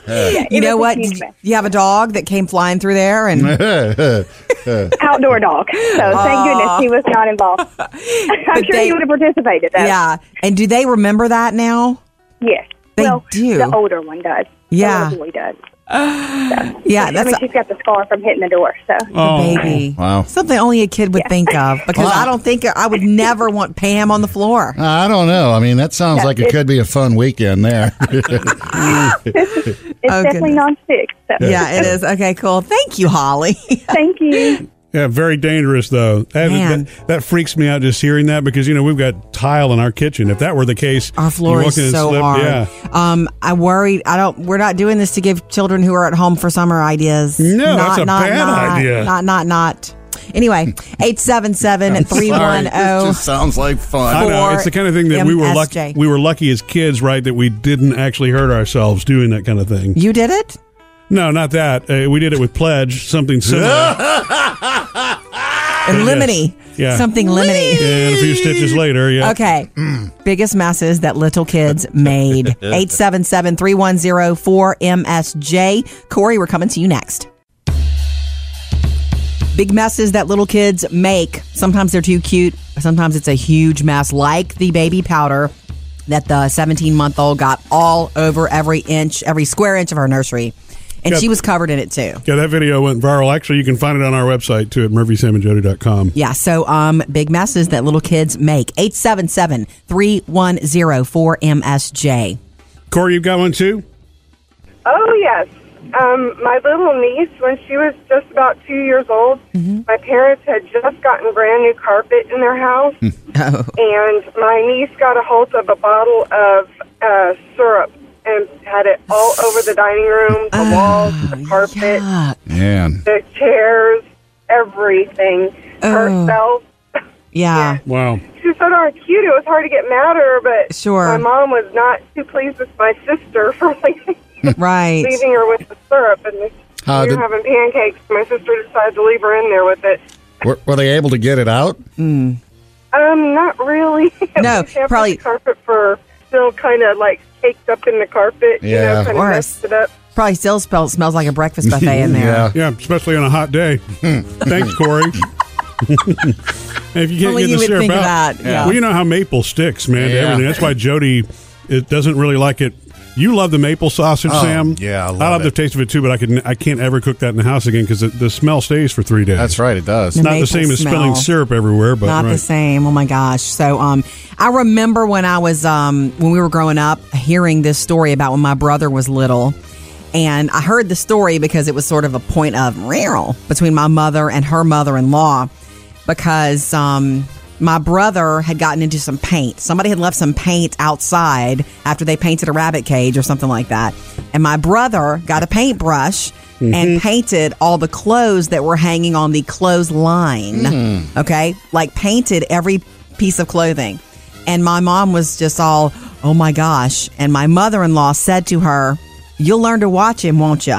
Speaker 3: Yeah.
Speaker 2: You know what? Did you, you have a dog that came flying through there and
Speaker 8: Outdoor dog. So thank goodness he was not involved. I'm sure
Speaker 2: they-
Speaker 8: he would have participated. Though.
Speaker 2: yeah. And do they remember that now?
Speaker 8: Yes.
Speaker 2: They
Speaker 8: well,
Speaker 2: do.
Speaker 8: The older one does.
Speaker 2: Yeah.
Speaker 8: The little boy does.
Speaker 2: Yeah,
Speaker 8: I
Speaker 2: that's
Speaker 8: mean,
Speaker 2: a-
Speaker 8: she's got the scar from hitting the door. So.
Speaker 2: Oh. baby.
Speaker 3: Wow.
Speaker 2: something only a kid would think of because I don't think I would never want Pam on the floor.
Speaker 3: I don't know. I mean, that sounds
Speaker 8: Yeah,
Speaker 3: like it
Speaker 8: it's-
Speaker 3: could be a fun weekend there.
Speaker 8: It's definitely non-stick. So.
Speaker 2: Oh, Yeah, it is. Okay, cool. Thank you, Holly.
Speaker 8: Thank you.
Speaker 1: Yeah, very dangerous though. That,
Speaker 2: Man.
Speaker 1: that, that freaks me out just hearing that because you know we've got tile in our kitchen. If that were the case,
Speaker 2: Our floor
Speaker 1: you walk
Speaker 2: is
Speaker 1: in and
Speaker 2: so
Speaker 1: slip-
Speaker 2: hard.
Speaker 1: Yeah,
Speaker 2: Um, I worried. I don't. We're not doing this to give children who are at home for summer ideas.
Speaker 1: No,
Speaker 2: not,
Speaker 1: that's a
Speaker 2: not,
Speaker 1: bad
Speaker 2: not,
Speaker 1: idea.
Speaker 2: Not, not, not. Anyway, 877
Speaker 3: Sorry, it
Speaker 2: 310
Speaker 3: just sounds like fun.
Speaker 1: I know. It's the kind of thing that we were
Speaker 2: MSJ.
Speaker 1: lucky. We were lucky as kids, right? That we didn't actually hurt ourselves doing that kind of thing.
Speaker 2: You did it?
Speaker 1: No, not that. Uh, we did it with pledge, something similar. Yes.
Speaker 2: lemony.
Speaker 1: Yeah.
Speaker 2: Something lemony.
Speaker 1: Yeah, and a few stitches later. Yeah.
Speaker 2: Okay. Biggest messes that little kids made. 877 310 4MSJ. Corey, we're coming to you next. Big messes that little kids make. Sometimes they're too cute. Sometimes it's a huge mess, like the baby powder that the 17 month old got all over every inch, every square inch of her nursery. And
Speaker 1: Yeah.
Speaker 2: she was covered in it too.
Speaker 1: Yeah, that video went viral. Actually, you can find it on our website too at murphysamandjody.com.
Speaker 2: Yeah, so um big messes that little kids make. 877-310-4MSJ.
Speaker 1: Corey, you've got one too?
Speaker 10: Oh yes. Um, my little niece, when she was just about two years old,
Speaker 2: Mm-hmm.
Speaker 10: my parents had just gotten brand new carpet in their house,
Speaker 2: Oh.
Speaker 10: and my niece got a hold of a bottle of uh, syrup and had it all over the dining room,
Speaker 2: oh,
Speaker 10: the walls, the carpet,
Speaker 3: Man.
Speaker 10: the chairs, everything.
Speaker 2: Oh. Ah.
Speaker 10: Herself.
Speaker 2: Yeah.
Speaker 1: Wow.
Speaker 10: She was so darn cute. It was hard to get mad at her, but
Speaker 2: Sure.
Speaker 10: my mom was not too pleased with my sister for leaving
Speaker 2: Right.
Speaker 10: leaving her with the syrup, and we
Speaker 2: Uh,
Speaker 3: How
Speaker 10: were
Speaker 3: did-
Speaker 10: having pancakes. My sister decided to leave her in there with it.
Speaker 3: Were, were they able to get it out?
Speaker 10: Um, not really.
Speaker 2: No,
Speaker 10: We kept
Speaker 2: probably-
Speaker 10: the carpet for still kind of like caked up in the carpet.
Speaker 1: Yeah.
Speaker 10: you know, kind of
Speaker 2: Worse.
Speaker 10: messed it up.
Speaker 2: Probably still smells smells like a breakfast buffet in there.
Speaker 1: Yeah. Yeah, especially on a hot day.
Speaker 3: Hmm.
Speaker 1: Thanks, Corey. if you can't
Speaker 2: Only
Speaker 1: get
Speaker 2: you
Speaker 1: the
Speaker 2: would
Speaker 1: syrup
Speaker 2: think of
Speaker 1: out,
Speaker 2: that, yeah.
Speaker 1: well, you know how maple sticks, man. To
Speaker 2: Yeah.
Speaker 1: everything. That's why Jody it doesn't really like it. You love the maple sausage,
Speaker 3: Oh,
Speaker 1: Sam.
Speaker 3: yeah, I love
Speaker 1: love the
Speaker 3: it.
Speaker 1: taste of it too, but I could I can't ever cook that in the house again because the, the smell stays for three days. That's
Speaker 3: right, it
Speaker 1: It's
Speaker 3: does.
Speaker 2: The
Speaker 1: not the
Speaker 2: maple
Speaker 1: same as spilling
Speaker 2: smell.
Speaker 1: syrup everywhere, but
Speaker 2: not
Speaker 1: right.
Speaker 2: the same. Oh my gosh. So um I remember when I was um when we were growing up hearing this story about when my brother was little and I heard the story because it was sort of a point of real between my mother and her mother-in-law because um my brother had gotten into some paint. Somebody had left some paint outside after they painted a rabbit cage or something like that. And my brother got a paintbrush and painted all the clothes that were hanging on the clothesline
Speaker 13: Mm.
Speaker 2: okay like painted every piece of clothing and my mom was just all oh my gosh and my mother-in-law said to her you'll learn to watch him won't you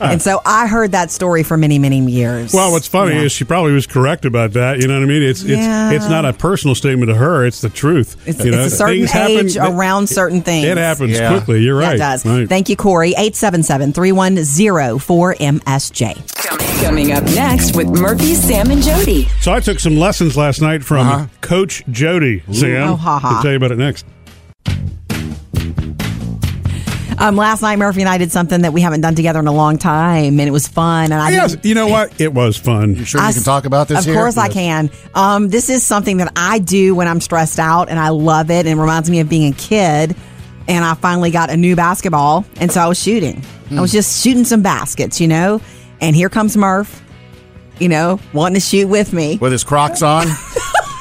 Speaker 2: and so i heard that story for many many years
Speaker 1: Well, what's funny
Speaker 2: Yeah.
Speaker 1: is she probably was correct about that. You know what I mean? It's
Speaker 2: Yeah.
Speaker 1: it's it's not a personal statement to her; it's the truth.
Speaker 2: it's,
Speaker 1: you know?
Speaker 2: it's a certain
Speaker 1: Things happen,
Speaker 2: age
Speaker 1: but
Speaker 2: around certain things
Speaker 1: It happens quickly. You're
Speaker 2: Yeah,
Speaker 1: right.
Speaker 2: it does
Speaker 1: Right.
Speaker 2: thank you corey 877-310-4msj
Speaker 4: Coming up next with Murphy, Sam, and Jody.
Speaker 1: So I took some lessons last night from
Speaker 4: Uh-huh.
Speaker 1: Coach Jody. Sam,
Speaker 2: Oh, ha, ha.
Speaker 1: I'll tell you about it next.
Speaker 2: um, last night murphy and i did something that we haven't done together in a long time and it was fun and i
Speaker 1: Yes,
Speaker 2: didn't-
Speaker 1: you know what? It was fun. You
Speaker 3: sure
Speaker 2: I s- Of course, I can. Um, this is something that I do when I'm stressed out, and I love it. And it reminds me of being a kid. And I finally got a new basketball, and so I was shooting. I was just shooting some baskets, you know. And here comes Murph, you know, wanting to shoot with me.
Speaker 3: With his Crocs on.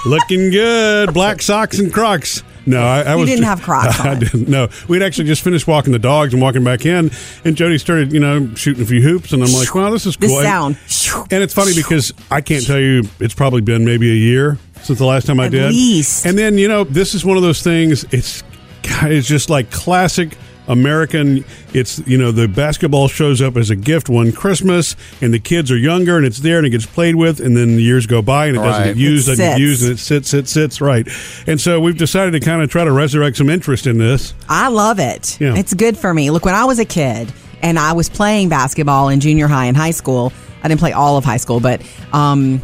Speaker 1: Looking good. Black socks and Crocs. No, I, I
Speaker 2: You
Speaker 1: was.
Speaker 2: didn't have Crocs
Speaker 1: I didn't. No, we'd actually just finished walking the dogs and walking back in, and Jody started, you know, shooting a few hoops, and I'm like, "Wow, this is cool."
Speaker 2: This
Speaker 1: And-
Speaker 2: sound.
Speaker 1: And it's funny because I can't tell you, it's probably been maybe a year since the last time I
Speaker 2: At
Speaker 1: did.
Speaker 2: least.
Speaker 1: And then, you know, this is one of those things, it's, God, it's just like classic American. It's, you know, the basketball shows up as a gift one Christmas, and the kids are younger, and it's there, and it gets played with, and then the years go by, and it doesn't
Speaker 3: Right.
Speaker 1: get used,
Speaker 3: It
Speaker 1: doesn't get
Speaker 3: sits.
Speaker 1: used, and it sits, sits, sits, right. And so we've decided to kind of try to resurrect some interest in this.
Speaker 2: I love it.
Speaker 1: Yeah.
Speaker 2: It's good for me. Look, when I was a kid and I was playing basketball in junior high and high school, I didn't play all of high school, but um,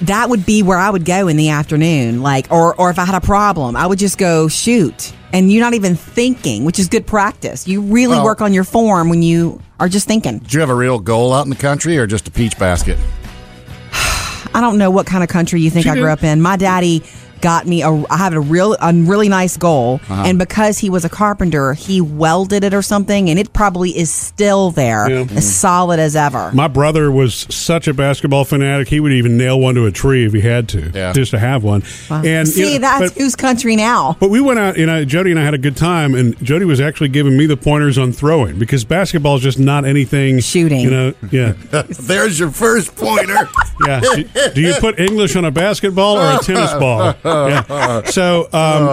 Speaker 2: that would be where I would go in the afternoon. Like, or, or if I had a problem, I would just go shoot. And you're not even thinking, which is good practice. You really
Speaker 3: Well-
Speaker 2: work on your form when you are just thinking.
Speaker 3: Did you have a real goal out in the country or just a peach basket?
Speaker 2: I don't know what kind of country you think
Speaker 3: She
Speaker 2: I grew
Speaker 3: did.
Speaker 2: up in. My daddy got me a I had a real a really nice goal
Speaker 3: Uh-huh.
Speaker 2: and because he was a carpenter he welded it or something and it probably is still there
Speaker 1: Yeah.
Speaker 3: Mm-hmm.
Speaker 2: as solid as ever.
Speaker 1: My brother was such a basketball fanatic; he would even nail one to a tree if he had to, just to have one. And you
Speaker 2: Uh-huh. See
Speaker 1: know,
Speaker 2: that's
Speaker 1: but-
Speaker 2: whose country now.
Speaker 1: But we went out, and I, Jody and I had a good time, and Jody was actually giving me the pointers on throwing because basketball is just not anything shooting. You know, yeah,
Speaker 3: There's your first pointer.
Speaker 1: yeah. Do you put English on a basketball or a tennis ball? Yeah. So, um, you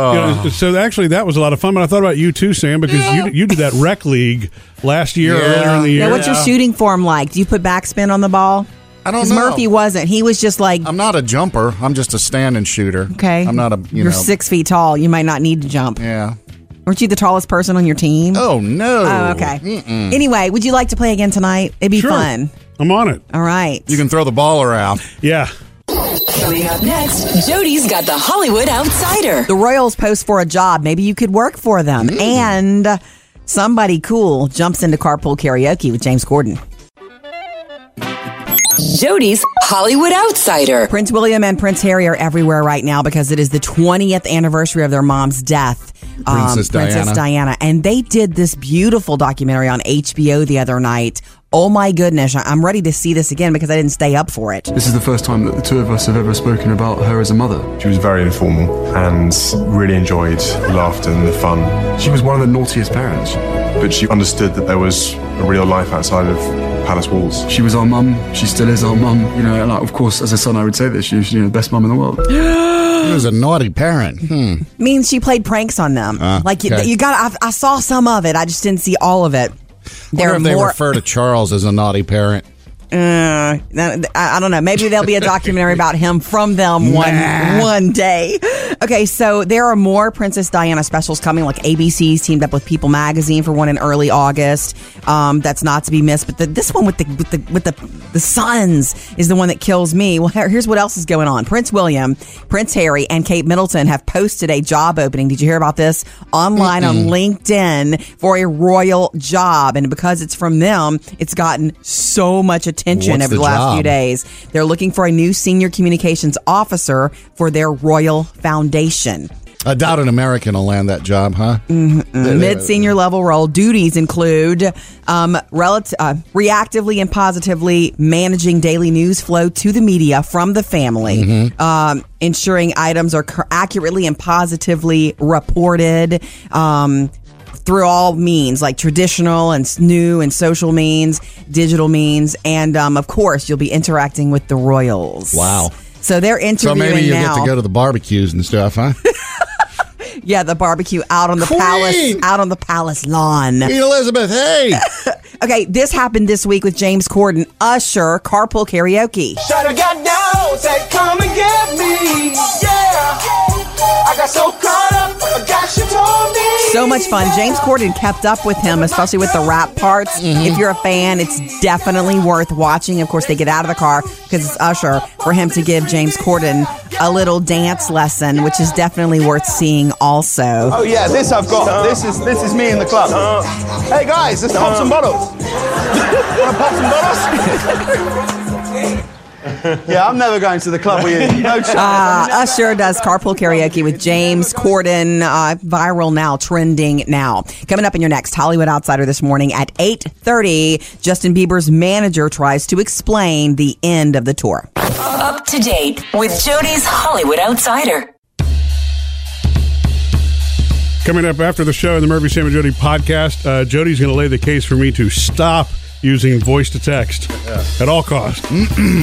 Speaker 1: know, so actually, that was a lot of fun. But I thought about you too, Sam, because you you did that rec league last year, earlier in the year.
Speaker 2: Now, what's your shooting form like? Do you put backspin on the ball?
Speaker 3: I don't
Speaker 2: 'Cause
Speaker 3: know.
Speaker 2: Murphy wasn't. He was just like
Speaker 3: I'm not a jumper. I'm just a standing shooter.
Speaker 2: okay.
Speaker 3: I'm not a, you
Speaker 2: are
Speaker 3: know.
Speaker 2: six feet tall. You might not need to jump.
Speaker 3: Yeah.
Speaker 2: Weren't you the tallest person on your team?
Speaker 3: Oh, no.
Speaker 2: Oh, okay.
Speaker 3: Mm-mm.
Speaker 2: Anyway, would you like to play again tonight? It'd be
Speaker 3: Sure.
Speaker 2: fun.
Speaker 1: I'm on it.
Speaker 2: All right.
Speaker 3: You can throw the ball around.
Speaker 1: Yeah.
Speaker 4: Coming up next, Jody's got the Hollywood Outsider.
Speaker 2: The Royals post for a job. Maybe you could work for them.
Speaker 3: Mm.
Speaker 2: And somebody cool jumps into carpool karaoke with James Gordon.
Speaker 4: Jody's Hollywood Outsider.
Speaker 2: Prince William and Prince Harry are everywhere right now because it is the 20th anniversary of their mom's death. Um,
Speaker 3: Princess
Speaker 2: Princess
Speaker 3: Diana.
Speaker 2: Diana. And they did this beautiful documentary on HBO the other night. Oh my goodness. I- I'm ready to see this again because I didn't stay up for it.
Speaker 5: This is the first time that the two of us have ever spoken about her as a mother.
Speaker 6: She was very informal and really enjoyed the laughter and the fun.
Speaker 5: She was one of the naughtiest parents.
Speaker 6: But she understood that there was a real life outside of palace walls.
Speaker 5: She was our mum. She still is our mum. You know, and like, of course, as a son, I would say this. She's you know, the best mum in the world.
Speaker 3: He was a naughty parent. Hmm.
Speaker 2: means she played pranks on them.
Speaker 3: Ah,
Speaker 2: like you,
Speaker 3: okay.
Speaker 2: you got, I, I saw some of it. I just didn't see all of it.
Speaker 3: Wonder
Speaker 2: There are
Speaker 3: if they
Speaker 2: more.
Speaker 3: refer to Charles as a naughty parent.
Speaker 2: Uh, that- I I don't know. Maybe there'll be a documentary about him from them one
Speaker 13: Nah.
Speaker 2: one day. Okay, so there are more Princess Diana specials coming. Like ABC's teamed up with People Magazine for one in early August. Um, that's not to be missed. But the, this one with the with the with the the sons is the one that kills me. Well, here- here's what else is going on. Prince William, Prince Harry, and Kate Middleton have posted a job opening. Did you hear about this online on LinkedIn for a royal job? And because it's from them, it's gotten so much attention
Speaker 13: What's
Speaker 2: over
Speaker 13: the
Speaker 2: the last few
Speaker 13: job?
Speaker 2: days days. They're looking for a new senior communications officer for their royal foundation.
Speaker 3: I doubt an American will land that job, huh?
Speaker 2: Mid senior level role duties include um, relative, uh, reactively and positively managing daily news flow to the media from the family,
Speaker 3: Mm-hmm.
Speaker 13: Mhm.
Speaker 2: um, ensuring items are cor- accurately and positively reported. Um, through all means, like traditional and s- new and social means, digital means, and um, of course, you'll be interacting with the royals.
Speaker 3: Wow.
Speaker 2: So they're
Speaker 3: So
Speaker 2: interviewing
Speaker 3: maybe you'll
Speaker 2: now.
Speaker 3: get to go to the barbecues and stuff, huh?
Speaker 2: Yeah, the barbecue out on the palace, out on the palace lawn.
Speaker 3: Queen Elizabeth, hey.
Speaker 2: okay, this happened this week with James Corden, Usher, carpool karaoke.
Speaker 7: Shut up, got down, said come and get me. Yeah, I got so caught up, I got you told me.
Speaker 2: So much fun. James Corden kept up with him, especially with the rap parts. If you're a fan, it's definitely worth watching. Of course, they get out of the car because it's Usher for him to give James Corden a little dance lesson, which is definitely worth seeing also.
Speaker 14: Oh yeah, this I've got. This is this is me in the club. hey guys, let's pop some bottles. Wanna pop some bottles? yeah, I'm never going to the club with you. No chance.
Speaker 2: Uh, Usher does carpool karaoke with James Corden, uh, viral now, trending now. Coming up in your next Hollywood Outsider this morning at eight thirty, Justin Bieber's manager tries to explain the end of the tour.
Speaker 4: Up to date with Jody's Hollywood Outsider.
Speaker 1: Coming up after the show in the Murphy Sam and Jody podcast, uh, Jody's going to lay the case for me to stop using voice to text at all costs.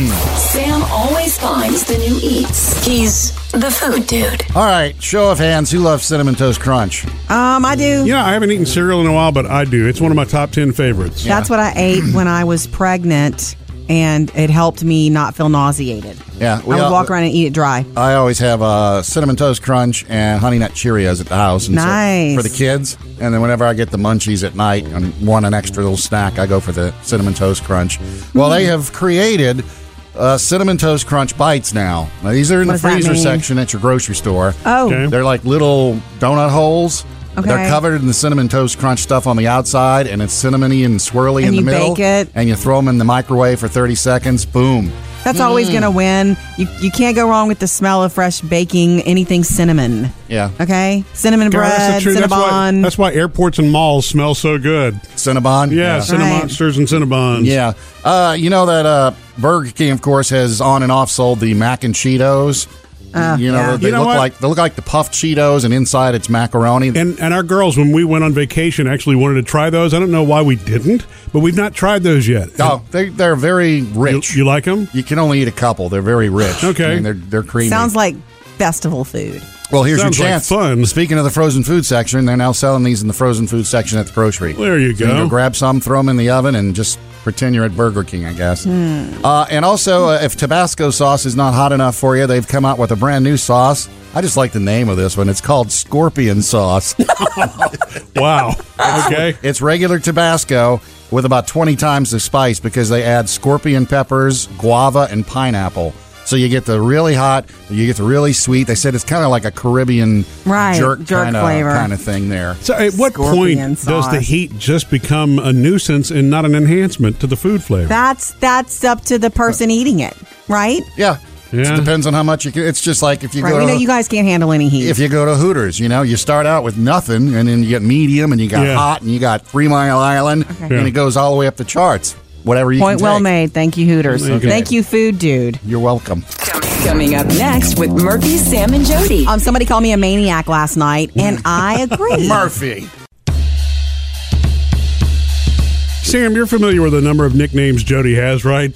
Speaker 4: Sam always finds the new eats. He's the food dude.
Speaker 3: All right, show of hands. Who loves Cinnamon Toast Crunch?
Speaker 2: Um, I do.
Speaker 1: You know, I haven't eaten cereal in a while, but I do. It's one of my top 10 favorites.
Speaker 2: That's what I ate when I was pregnant, and it helped me not feel nauseated.
Speaker 3: Yeah,
Speaker 2: I would walk around and eat it dry.
Speaker 3: I always have uh, cinnamon toast crunch and honey nut Cheerios at the house. And so-
Speaker 2: Nice.
Speaker 3: for the kids. And then whenever I get the munchies at night and want an extra little snack, I go for the cinnamon toast crunch. Well, they have created uh, cinnamon toast crunch bites now. Now these are in
Speaker 13: What
Speaker 3: the
Speaker 13: does that
Speaker 3: freezer
Speaker 13: mean?
Speaker 3: section at your grocery store.
Speaker 13: Oh. Okay.
Speaker 3: they're like little donut holes.
Speaker 13: Okay.
Speaker 3: They're covered in the cinnamon toast crunch stuff on the outside, and it's cinnamony and swirly in
Speaker 2: And
Speaker 3: the
Speaker 2: you
Speaker 3: middle.
Speaker 2: bake it?
Speaker 3: And you throw them in the microwave for thirty seconds. Boom.
Speaker 2: That's always going to win. You, you can't go wrong with the smell of fresh baking, anything cinnamon.
Speaker 3: Yeah.
Speaker 2: Okay? Cinnamon
Speaker 1: God,
Speaker 2: bread,
Speaker 1: that's the truth. That's why,
Speaker 2: Cinnabon.
Speaker 1: that's why airports and malls smell so good.
Speaker 3: Cinnabon?
Speaker 1: Yeah,
Speaker 3: Yeah.
Speaker 1: Cinnamonsters and Cinnabons.
Speaker 3: Yeah. Uh, you know that uh, Burger King, of course, has on and off sold the mac and Cheetos.
Speaker 1: Uh,
Speaker 3: you know
Speaker 1: yeah.
Speaker 3: they
Speaker 1: You know
Speaker 3: look
Speaker 1: what?
Speaker 3: like they look like the puffed Cheetos, and inside it's macaroni.
Speaker 1: And, and our girls, when we went on vacation, actually wanted to try those. I don't know why we didn't, but we've not tried those yet.
Speaker 3: Oh, they they're very rich.
Speaker 1: You, like them?
Speaker 3: You can only eat a couple. They're very rich.
Speaker 1: Okay.
Speaker 3: I mean, they're they're creamy.
Speaker 2: Sounds like festival food.
Speaker 3: well, here's
Speaker 1: sounds
Speaker 3: your
Speaker 1: like
Speaker 3: chance. fun. Speaking of the frozen food section, they're now selling these in the frozen food section at the grocery.
Speaker 1: There you
Speaker 3: So
Speaker 1: go.
Speaker 3: go grab some, throw them in the oven, and just pretend you're at Burger King. I guess. Uh, and also, uh, if Tabasco sauce is not hot enough for you, they've come out with a brand new sauce. I just like the name of this one. It's called Scorpion Sauce.
Speaker 1: wow. Okay.
Speaker 3: It's regular Tabasco with about 20 times the spice because they add scorpion peppers, guava, and pineapple. So you get the really hot, you get the really sweet. They said it's kind of like a Caribbean
Speaker 2: Right,
Speaker 3: jerk,
Speaker 2: jerk
Speaker 3: kind, of,
Speaker 2: flavor.
Speaker 3: kind of thing there.
Speaker 1: So, at what
Speaker 2: Scorpion
Speaker 1: point
Speaker 2: sauce.
Speaker 1: does the heat just become a nuisance and not an enhancement to the food flavor?
Speaker 2: That's that's up to the person eating it, right?
Speaker 3: Yeah.
Speaker 1: Yeah.
Speaker 3: It depends on how much you can. It's just like if you
Speaker 2: Right.
Speaker 3: go
Speaker 2: We know
Speaker 3: to
Speaker 2: you guys can't handle any heat.
Speaker 3: if you go to Hooters, you know, you start out with nothing, and then you get medium, and you got
Speaker 2: Yeah.
Speaker 3: hot, and you got Three Mile Island,
Speaker 2: Okay.
Speaker 3: and it goes all the way up the charts. Whatever you
Speaker 2: Point
Speaker 3: can
Speaker 2: well
Speaker 3: take.
Speaker 2: made. Thank you, Hooters.
Speaker 3: Okay.
Speaker 2: Thank you, food dude.
Speaker 3: You're welcome.
Speaker 4: Coming up next with Murphy, Sam, and Jody.
Speaker 2: Um, somebody called me a maniac last night, and I agree.
Speaker 3: Murphy.
Speaker 1: Sam, you're familiar with the number of nicknames Jody has, right?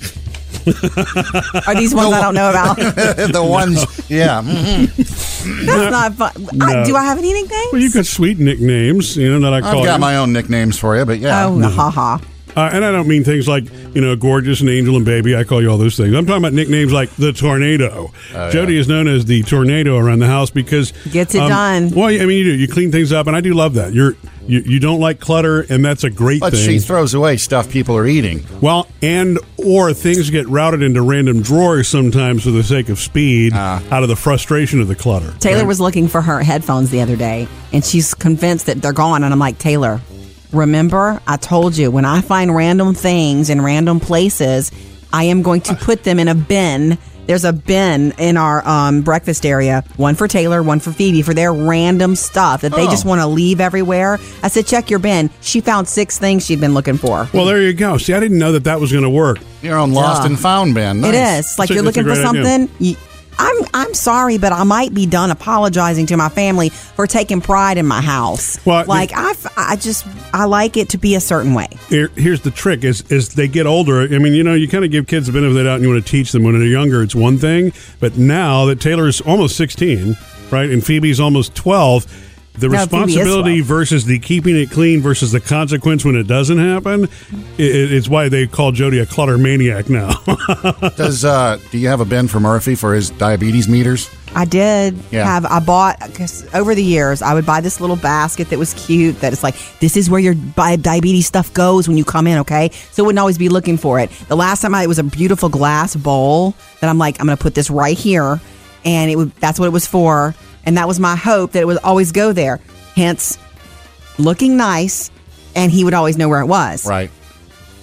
Speaker 2: Are these ones I don't know about?
Speaker 3: the ones, yeah.
Speaker 2: That's not fun. I,
Speaker 1: No.
Speaker 2: do I have any nicknames?
Speaker 1: Well, you've got sweet nicknames, you know, that I
Speaker 3: I've
Speaker 1: call
Speaker 3: got
Speaker 1: you.
Speaker 3: my own nicknames for you, but yeah.
Speaker 2: Oh, ha ha.
Speaker 1: Uh, and I don't mean things like, you know, gorgeous and angel and baby. I call you all those things. I'm talking about nicknames like the tornado.
Speaker 15: yeah.
Speaker 1: Jody is known as the tornado around the house because um,
Speaker 15: Gets it done.
Speaker 1: Well, I mean, you do. You clean things up, and I do love that. You're you, you don't like clutter, and that's a great
Speaker 3: But
Speaker 1: thing.
Speaker 3: she throws away stuff people are eating.
Speaker 1: Well, and or things get routed into random drawers sometimes for the sake of speed, out of the frustration of the clutter.
Speaker 2: Taylor was looking for her headphones the other day, and she's convinced that they're gone. And I'm like, Taylor, remember I told you when I find random things in random places, I am going to put them in a bin. There's a bin in our um, breakfast area, one for Taylor, one for Phoebe, for their random stuff that they
Speaker 1: Oh.
Speaker 2: just want to leave everywhere. I said, check your bin. She found six things she'd been looking for.
Speaker 1: Well, there you go. See, I didn't know that that was going to work.
Speaker 3: You're on Lost
Speaker 2: Yeah.
Speaker 3: and Found band.
Speaker 2: It is like you're looking for something. You, I'm I'm sorry, but I might be done apologizing to my family for taking pride in my house. like I I just I like it to be a certain way.
Speaker 1: Here, here's the trick: is as they get older, I mean, you know, you kind of give kids the benefit of the doubt, and you want to teach them when they're younger. It's one thing, but now that Taylor's almost 16, right, and Phoebe's almost 12. The
Speaker 2: No, Phoebe is
Speaker 1: responsibility versus the keeping it clean versus the consequence when it doesn't happen, i- i it's why they call Jody a clutter maniac now.
Speaker 3: Does uh, do you have a bin for Murphy for his diabetes meters?
Speaker 2: I did
Speaker 3: Yeah.
Speaker 2: have I bought 'cause over the years I would buy this little basket that was cute that it's like this is where your bi- diabetes stuff goes when you come in, okay? So I wouldn't always be looking for it. The last time I it was a beautiful glass bowl that I'm like I'm going to put this right here and it would that's what it was for and that was my hope that it would always go there. Hence looking nice and he would always know where it was.
Speaker 3: Right.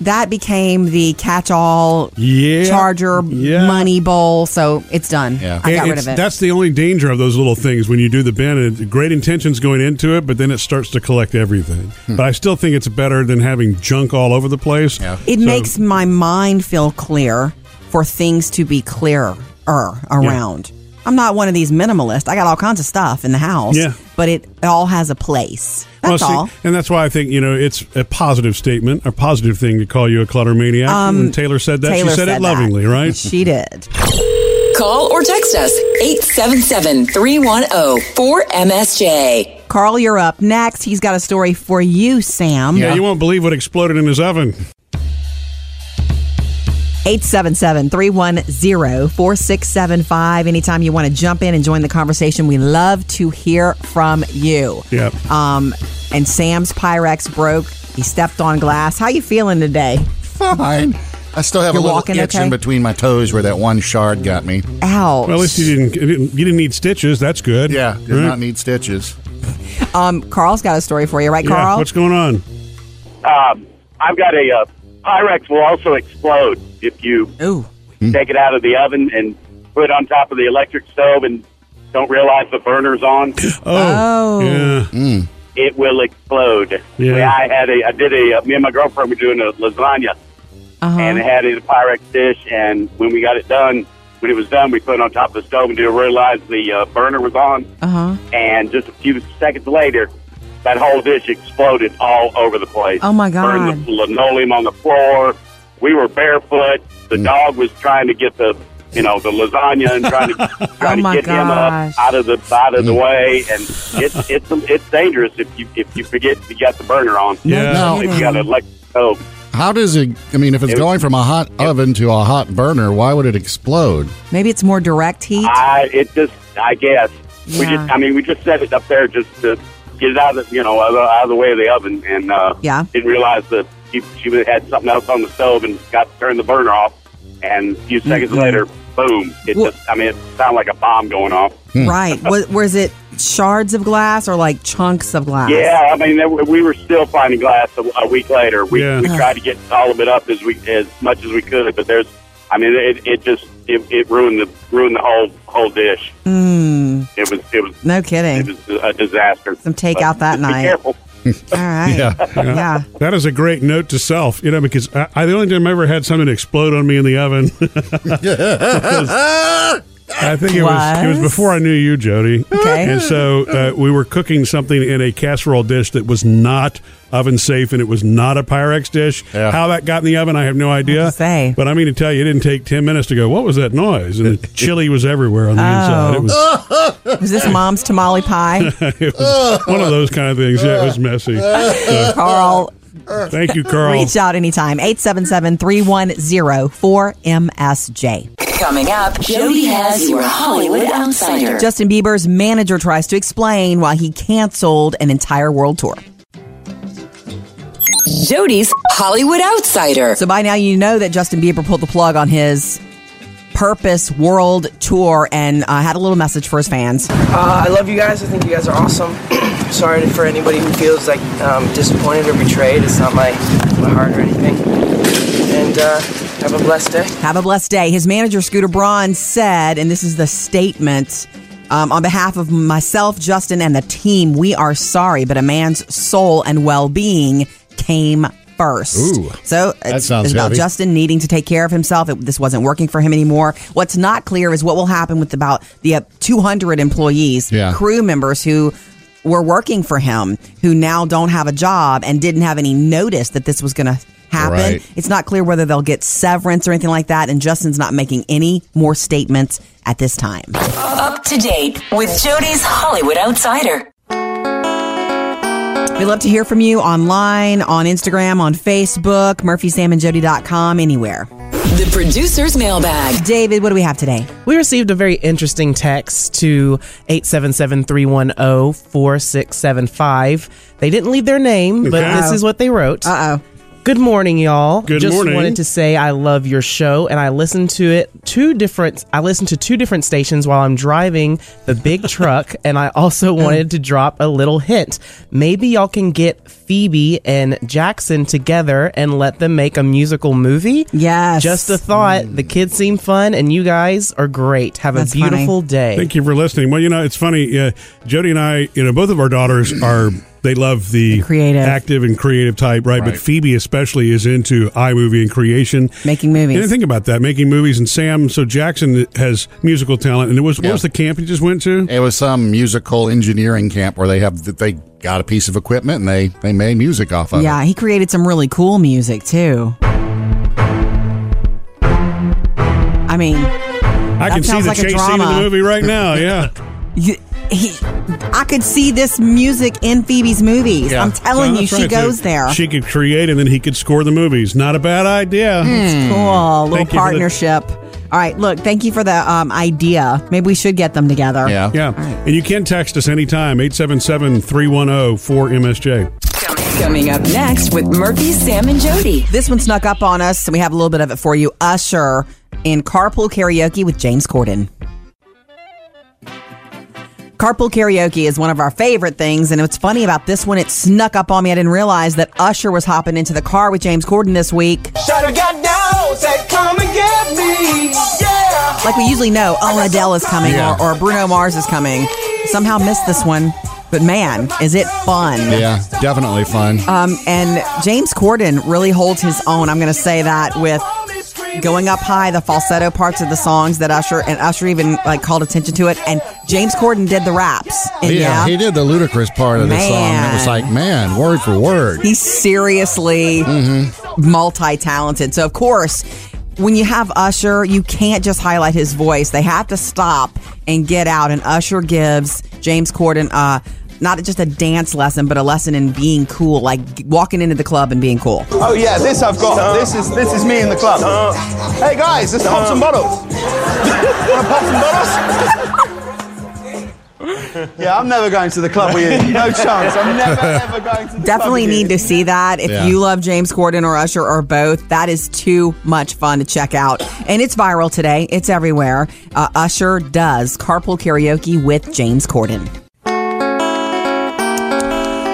Speaker 2: That became the catch-all
Speaker 1: Yeah.
Speaker 2: charger
Speaker 1: Yeah.
Speaker 2: money bowl, so it's done. I
Speaker 1: And
Speaker 2: got rid
Speaker 1: it's-
Speaker 2: of it.
Speaker 1: That's the only danger of those little things when you do the bin. And great intentions going into it, but then it starts to collect everything. But I still think it's better than having junk all over the place.
Speaker 2: It
Speaker 1: So-
Speaker 2: makes my mind feel clear for things to be clearer around. I'm not one of these minimalists. I got all kinds of stuff in the house,
Speaker 1: Yeah.
Speaker 2: but it, it all has a place. That's
Speaker 1: Well, see,
Speaker 2: all.
Speaker 1: And that's why I think, you know, it's a positive statement, a positive thing to call you a clutter maniac.
Speaker 2: Um,
Speaker 1: when Taylor said that,
Speaker 2: Taylor
Speaker 1: she said,
Speaker 2: said
Speaker 1: it
Speaker 2: that.
Speaker 1: lovingly, right?
Speaker 2: She did.
Speaker 16: Call or text us 877 310 4MSJ.
Speaker 2: Carl, you're up next. He's got a story for you, Sam.
Speaker 1: Yeah, you won't believe what exploded in his oven.
Speaker 2: 877-310-4675. Anytime you want to jump in and join the conversation, we love to hear from you.
Speaker 1: Yep.
Speaker 2: Um, and Sam's Pyrex broke. He stepped on glass. How you feeling today?
Speaker 3: Fine. I still have
Speaker 2: You're
Speaker 3: a little
Speaker 2: walking
Speaker 3: itch
Speaker 2: okay?
Speaker 3: in between my toes where that one shard got me.
Speaker 2: Ouch.
Speaker 1: Well, at least you didn't, you didn't you didn't need stitches. That's good. Yeah, Mm-hmm.
Speaker 3: Did not need stitches.
Speaker 2: Um, Carl's got a story for you, right, Carl?
Speaker 1: what's going on?
Speaker 10: Um, I've got a uh, Pyrex will also explode if you take it out of the oven and put it on top of the electric stove and don't realize the burner's on.
Speaker 1: Oh. Yeah.
Speaker 10: It will explode.
Speaker 1: Yeah.
Speaker 10: I had a, I did a, uh, me and my girlfriend were doing a lasagna
Speaker 2: Uh-huh.
Speaker 10: and it had it in a Pyrex dish. And when we got it done, when it was done, we put it on top of the stove and didn't realize the uh, burner was on.
Speaker 2: Uh huh.
Speaker 10: And just a few seconds later, that whole dish exploded all over the place.
Speaker 2: Oh, my God.
Speaker 10: Burned the linoleum on the floor. We were barefoot. The dog was trying to get the, you know, the lasagna and trying to
Speaker 2: Oh,
Speaker 10: trying
Speaker 2: my
Speaker 10: to get him
Speaker 2: gosh.
Speaker 10: up out of the out of the way. And it's it's it's dangerous if you if you forget you got the burner on.
Speaker 3: Yeah. No
Speaker 10: if you got an
Speaker 2: Mm-hmm.
Speaker 3: kidding.
Speaker 10: electric stove.
Speaker 3: How does it? I mean, if it's
Speaker 10: It-
Speaker 3: going from a hot oven to a hot burner, why would it explode?
Speaker 2: Maybe it's more direct heat.
Speaker 10: I it just I guess we
Speaker 2: Yeah.
Speaker 10: just I mean we just set it up there just to get it out of the, you know out of, the- out of the way of the oven and uh,
Speaker 2: Yeah.
Speaker 10: didn't realize that she, she had something else on the stove and got to turn the burner off and a few seconds later boom it
Speaker 2: Mm-hmm. Well-
Speaker 10: just I mean it sounded like a bomb going off
Speaker 1: Hmm.
Speaker 2: Right. was, was it shards of glass or like chunks of glass?
Speaker 10: yeah I mean there, were- we were still finding glass a, a week later we, we tried to get all of it up as we as much as we could but there's I mean it, it just it, it ruined the ruined the whole whole dish
Speaker 2: Mm,
Speaker 10: it was it was
Speaker 2: no kidding.
Speaker 10: It was a disaster.
Speaker 2: Some takeout that
Speaker 10: But
Speaker 2: night.
Speaker 10: Be careful.
Speaker 2: All right. Yeah.
Speaker 1: That is a great note to self, you know, because I, I the only time I ever had something explode on me in the oven. I think it was it was
Speaker 2: Was?
Speaker 1: before I knew you, Jody.
Speaker 2: Okay.
Speaker 1: And so uh, we were cooking something in a casserole dish that was not oven safe, and it was not a Pyrex dish. How that got in the oven, I have no idea.
Speaker 2: Say.
Speaker 1: But I mean to tell you, it didn't take ten minutes to go. What was that noise? And the chili was everywhere
Speaker 2: Oh.
Speaker 1: on the inside. It was.
Speaker 2: was this mom's tamale pie?
Speaker 1: it was one of those kind of things. Yeah, it was messy. So-
Speaker 2: Carl,
Speaker 1: Thank you, Carl.
Speaker 2: Reach out anytime. 877-310-4MSJ.
Speaker 4: Coming up, Jody has your Hollywood Outsider.
Speaker 2: Justin Bieber's manager tries to explain why he canceled an entire world tour.
Speaker 4: Jody's Hollywood Outsider.
Speaker 2: So by now you know that Justin Bieber pulled the plug on his Purpose World Tour and uh, had a little message for his fans.
Speaker 8: Uh, I love you guys. I think you guys are awesome. Sorry for anybody who feels like um, disappointed or betrayed. It's not my, my heart or anything. And uh, have a blessed day.
Speaker 2: Have a blessed day. His manager, Scooter Braun, said, and this is the statement um, on behalf of myself, Justin, and the team, we are sorry, but a man's soul and well being came first.
Speaker 3: Ooh,
Speaker 2: so
Speaker 3: that
Speaker 2: it's,
Speaker 3: sounds
Speaker 2: it's about
Speaker 3: heavy.
Speaker 2: Justin needing to take care of himself. It, this wasn't working for him anymore. What's not clear is what will happen with about the uh, 200 employees,
Speaker 3: Yeah.
Speaker 2: crew members who were working for him, who now don't have a job and didn't have any notice that this was going to happen.
Speaker 3: Right.
Speaker 2: It's not clear whether they'll get severance or anything like that. And Justin's not making any more statements at this time.
Speaker 4: Up to date with Jody's Hollywood Outsider.
Speaker 2: We'd love to hear from you online, on Instagram, on Facebook, murphysamandjody.com, anywhere.
Speaker 4: The producer's mailbag.
Speaker 2: David, what do we have today?
Speaker 17: We received a very interesting text to 877-310-4675. They didn't leave their name, but
Speaker 2: Okay.
Speaker 17: this is what they wrote.
Speaker 2: Uh-oh.
Speaker 17: Good morning, y'all.
Speaker 1: Good
Speaker 17: Just
Speaker 1: morning.
Speaker 17: wanted to say I love your show and I listen to it two different I listen to two different stations while I'm driving the big truck and I also wanted to drop a little hint. Maybe y'all can get Phoebe and Jackson together and let them make a musical movie.
Speaker 2: Yes.
Speaker 17: Just a thought. The kids seem fun and you guys are great. Have a beautiful day.
Speaker 1: Thank you for listening. Well, you know, it's funny. Uh, Jody and I, you know, both of our daughters are. They love the
Speaker 2: creative,
Speaker 1: active, and creative type, right? But
Speaker 2: Right.
Speaker 1: Phoebe especially is into iMovie and creation,
Speaker 2: making movies.
Speaker 1: And I think about that, making movies. And Sam, so Jackson has musical talent, and it was what was the camp you just went to?
Speaker 3: It was some musical engineering camp where they have they got a piece of equipment and they they made music off of it.
Speaker 2: Yeah, he created some really cool music too. I mean,
Speaker 1: I
Speaker 2: that
Speaker 1: can see
Speaker 2: sounds
Speaker 1: the
Speaker 2: like a
Speaker 1: chase scene in
Speaker 2: drama.
Speaker 1: the movie right now. Yeah,
Speaker 2: You- he, I could see this music in Phoebe's movies.
Speaker 1: Yeah.
Speaker 2: I'm telling
Speaker 1: No,
Speaker 2: you,
Speaker 1: that's
Speaker 2: she
Speaker 1: right,
Speaker 2: goes
Speaker 1: dude.
Speaker 2: there.
Speaker 1: She could create, and then he could score the movies. Not a bad idea.
Speaker 2: It's cool. A little
Speaker 1: Thank you for the-
Speaker 2: partnership. All right, look, thank you for the um, idea. Maybe we should get them together.
Speaker 1: Yeah. And you can text us anytime, 877 310 4MSJ.
Speaker 4: Coming up next with Murphy, Sam, and Jody.
Speaker 2: This one snuck up on us, and we have a little bit of it for you. Usher in Carpool Karaoke with James Corden. Carpool karaoke is one of our favorite things, and what's funny about this one, it snuck up on me. I didn't realize that Usher was hopping into the car with James Corden this week.
Speaker 18: Should've got down, said come and get me. Yeah.
Speaker 2: Like we usually know, oh, Adele is coming
Speaker 18: Yeah.
Speaker 2: or, or Bruno Mars is coming. Somehow missed this one, but man, is it fun.
Speaker 3: Yeah, definitely fun.
Speaker 2: Um, and James Corden really holds his own. I'm going to say that with going up high, the falsetto parts of the songs that Usher and Usher even like called attention to it. And James Corden did the raps. And
Speaker 3: yeah,
Speaker 2: yeah,
Speaker 3: he did the ludicrous part of the song. And it was
Speaker 2: Man.
Speaker 3: like, man, word for word.
Speaker 2: he's seriously
Speaker 3: Mm-hmm.
Speaker 2: multi-talented. So of course, when you have Usher, you can't just highlight his voice. They have to stop and get out. And Usher gives James Corden uh, not just a dance lesson, but a lesson in being cool, like walking into the club and being cool.
Speaker 10: Oh yeah, this I've got. This is this is me in the club. Hey guys, let's pop some bottles. Wanna pop some bottles? yeah, I'm never going to the club with you. No chance. I'm never ever going to the
Speaker 2: Definitely
Speaker 10: club with you.
Speaker 2: need to see that. If
Speaker 10: Yeah.
Speaker 2: you love James Corden or Usher or both, that is too much fun to check out. And it's viral today, it's everywhere. Uh, Usher does carpool karaoke with James Corden.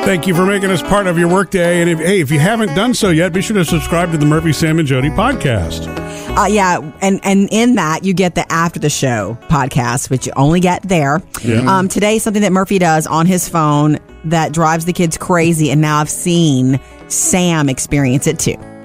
Speaker 1: Thank you for making us part of your workday. And if, hey, if you haven't done so yet, be sure to subscribe to the Murphy, Sam, and Jody podcast.
Speaker 2: Uh, yeah, and and in that you get the after the show podcast, which you only get there.
Speaker 1: Yeah.
Speaker 2: Um, today, something that Murphy does on his phone that drives the kids crazy, and now I've seen Sam experience it too.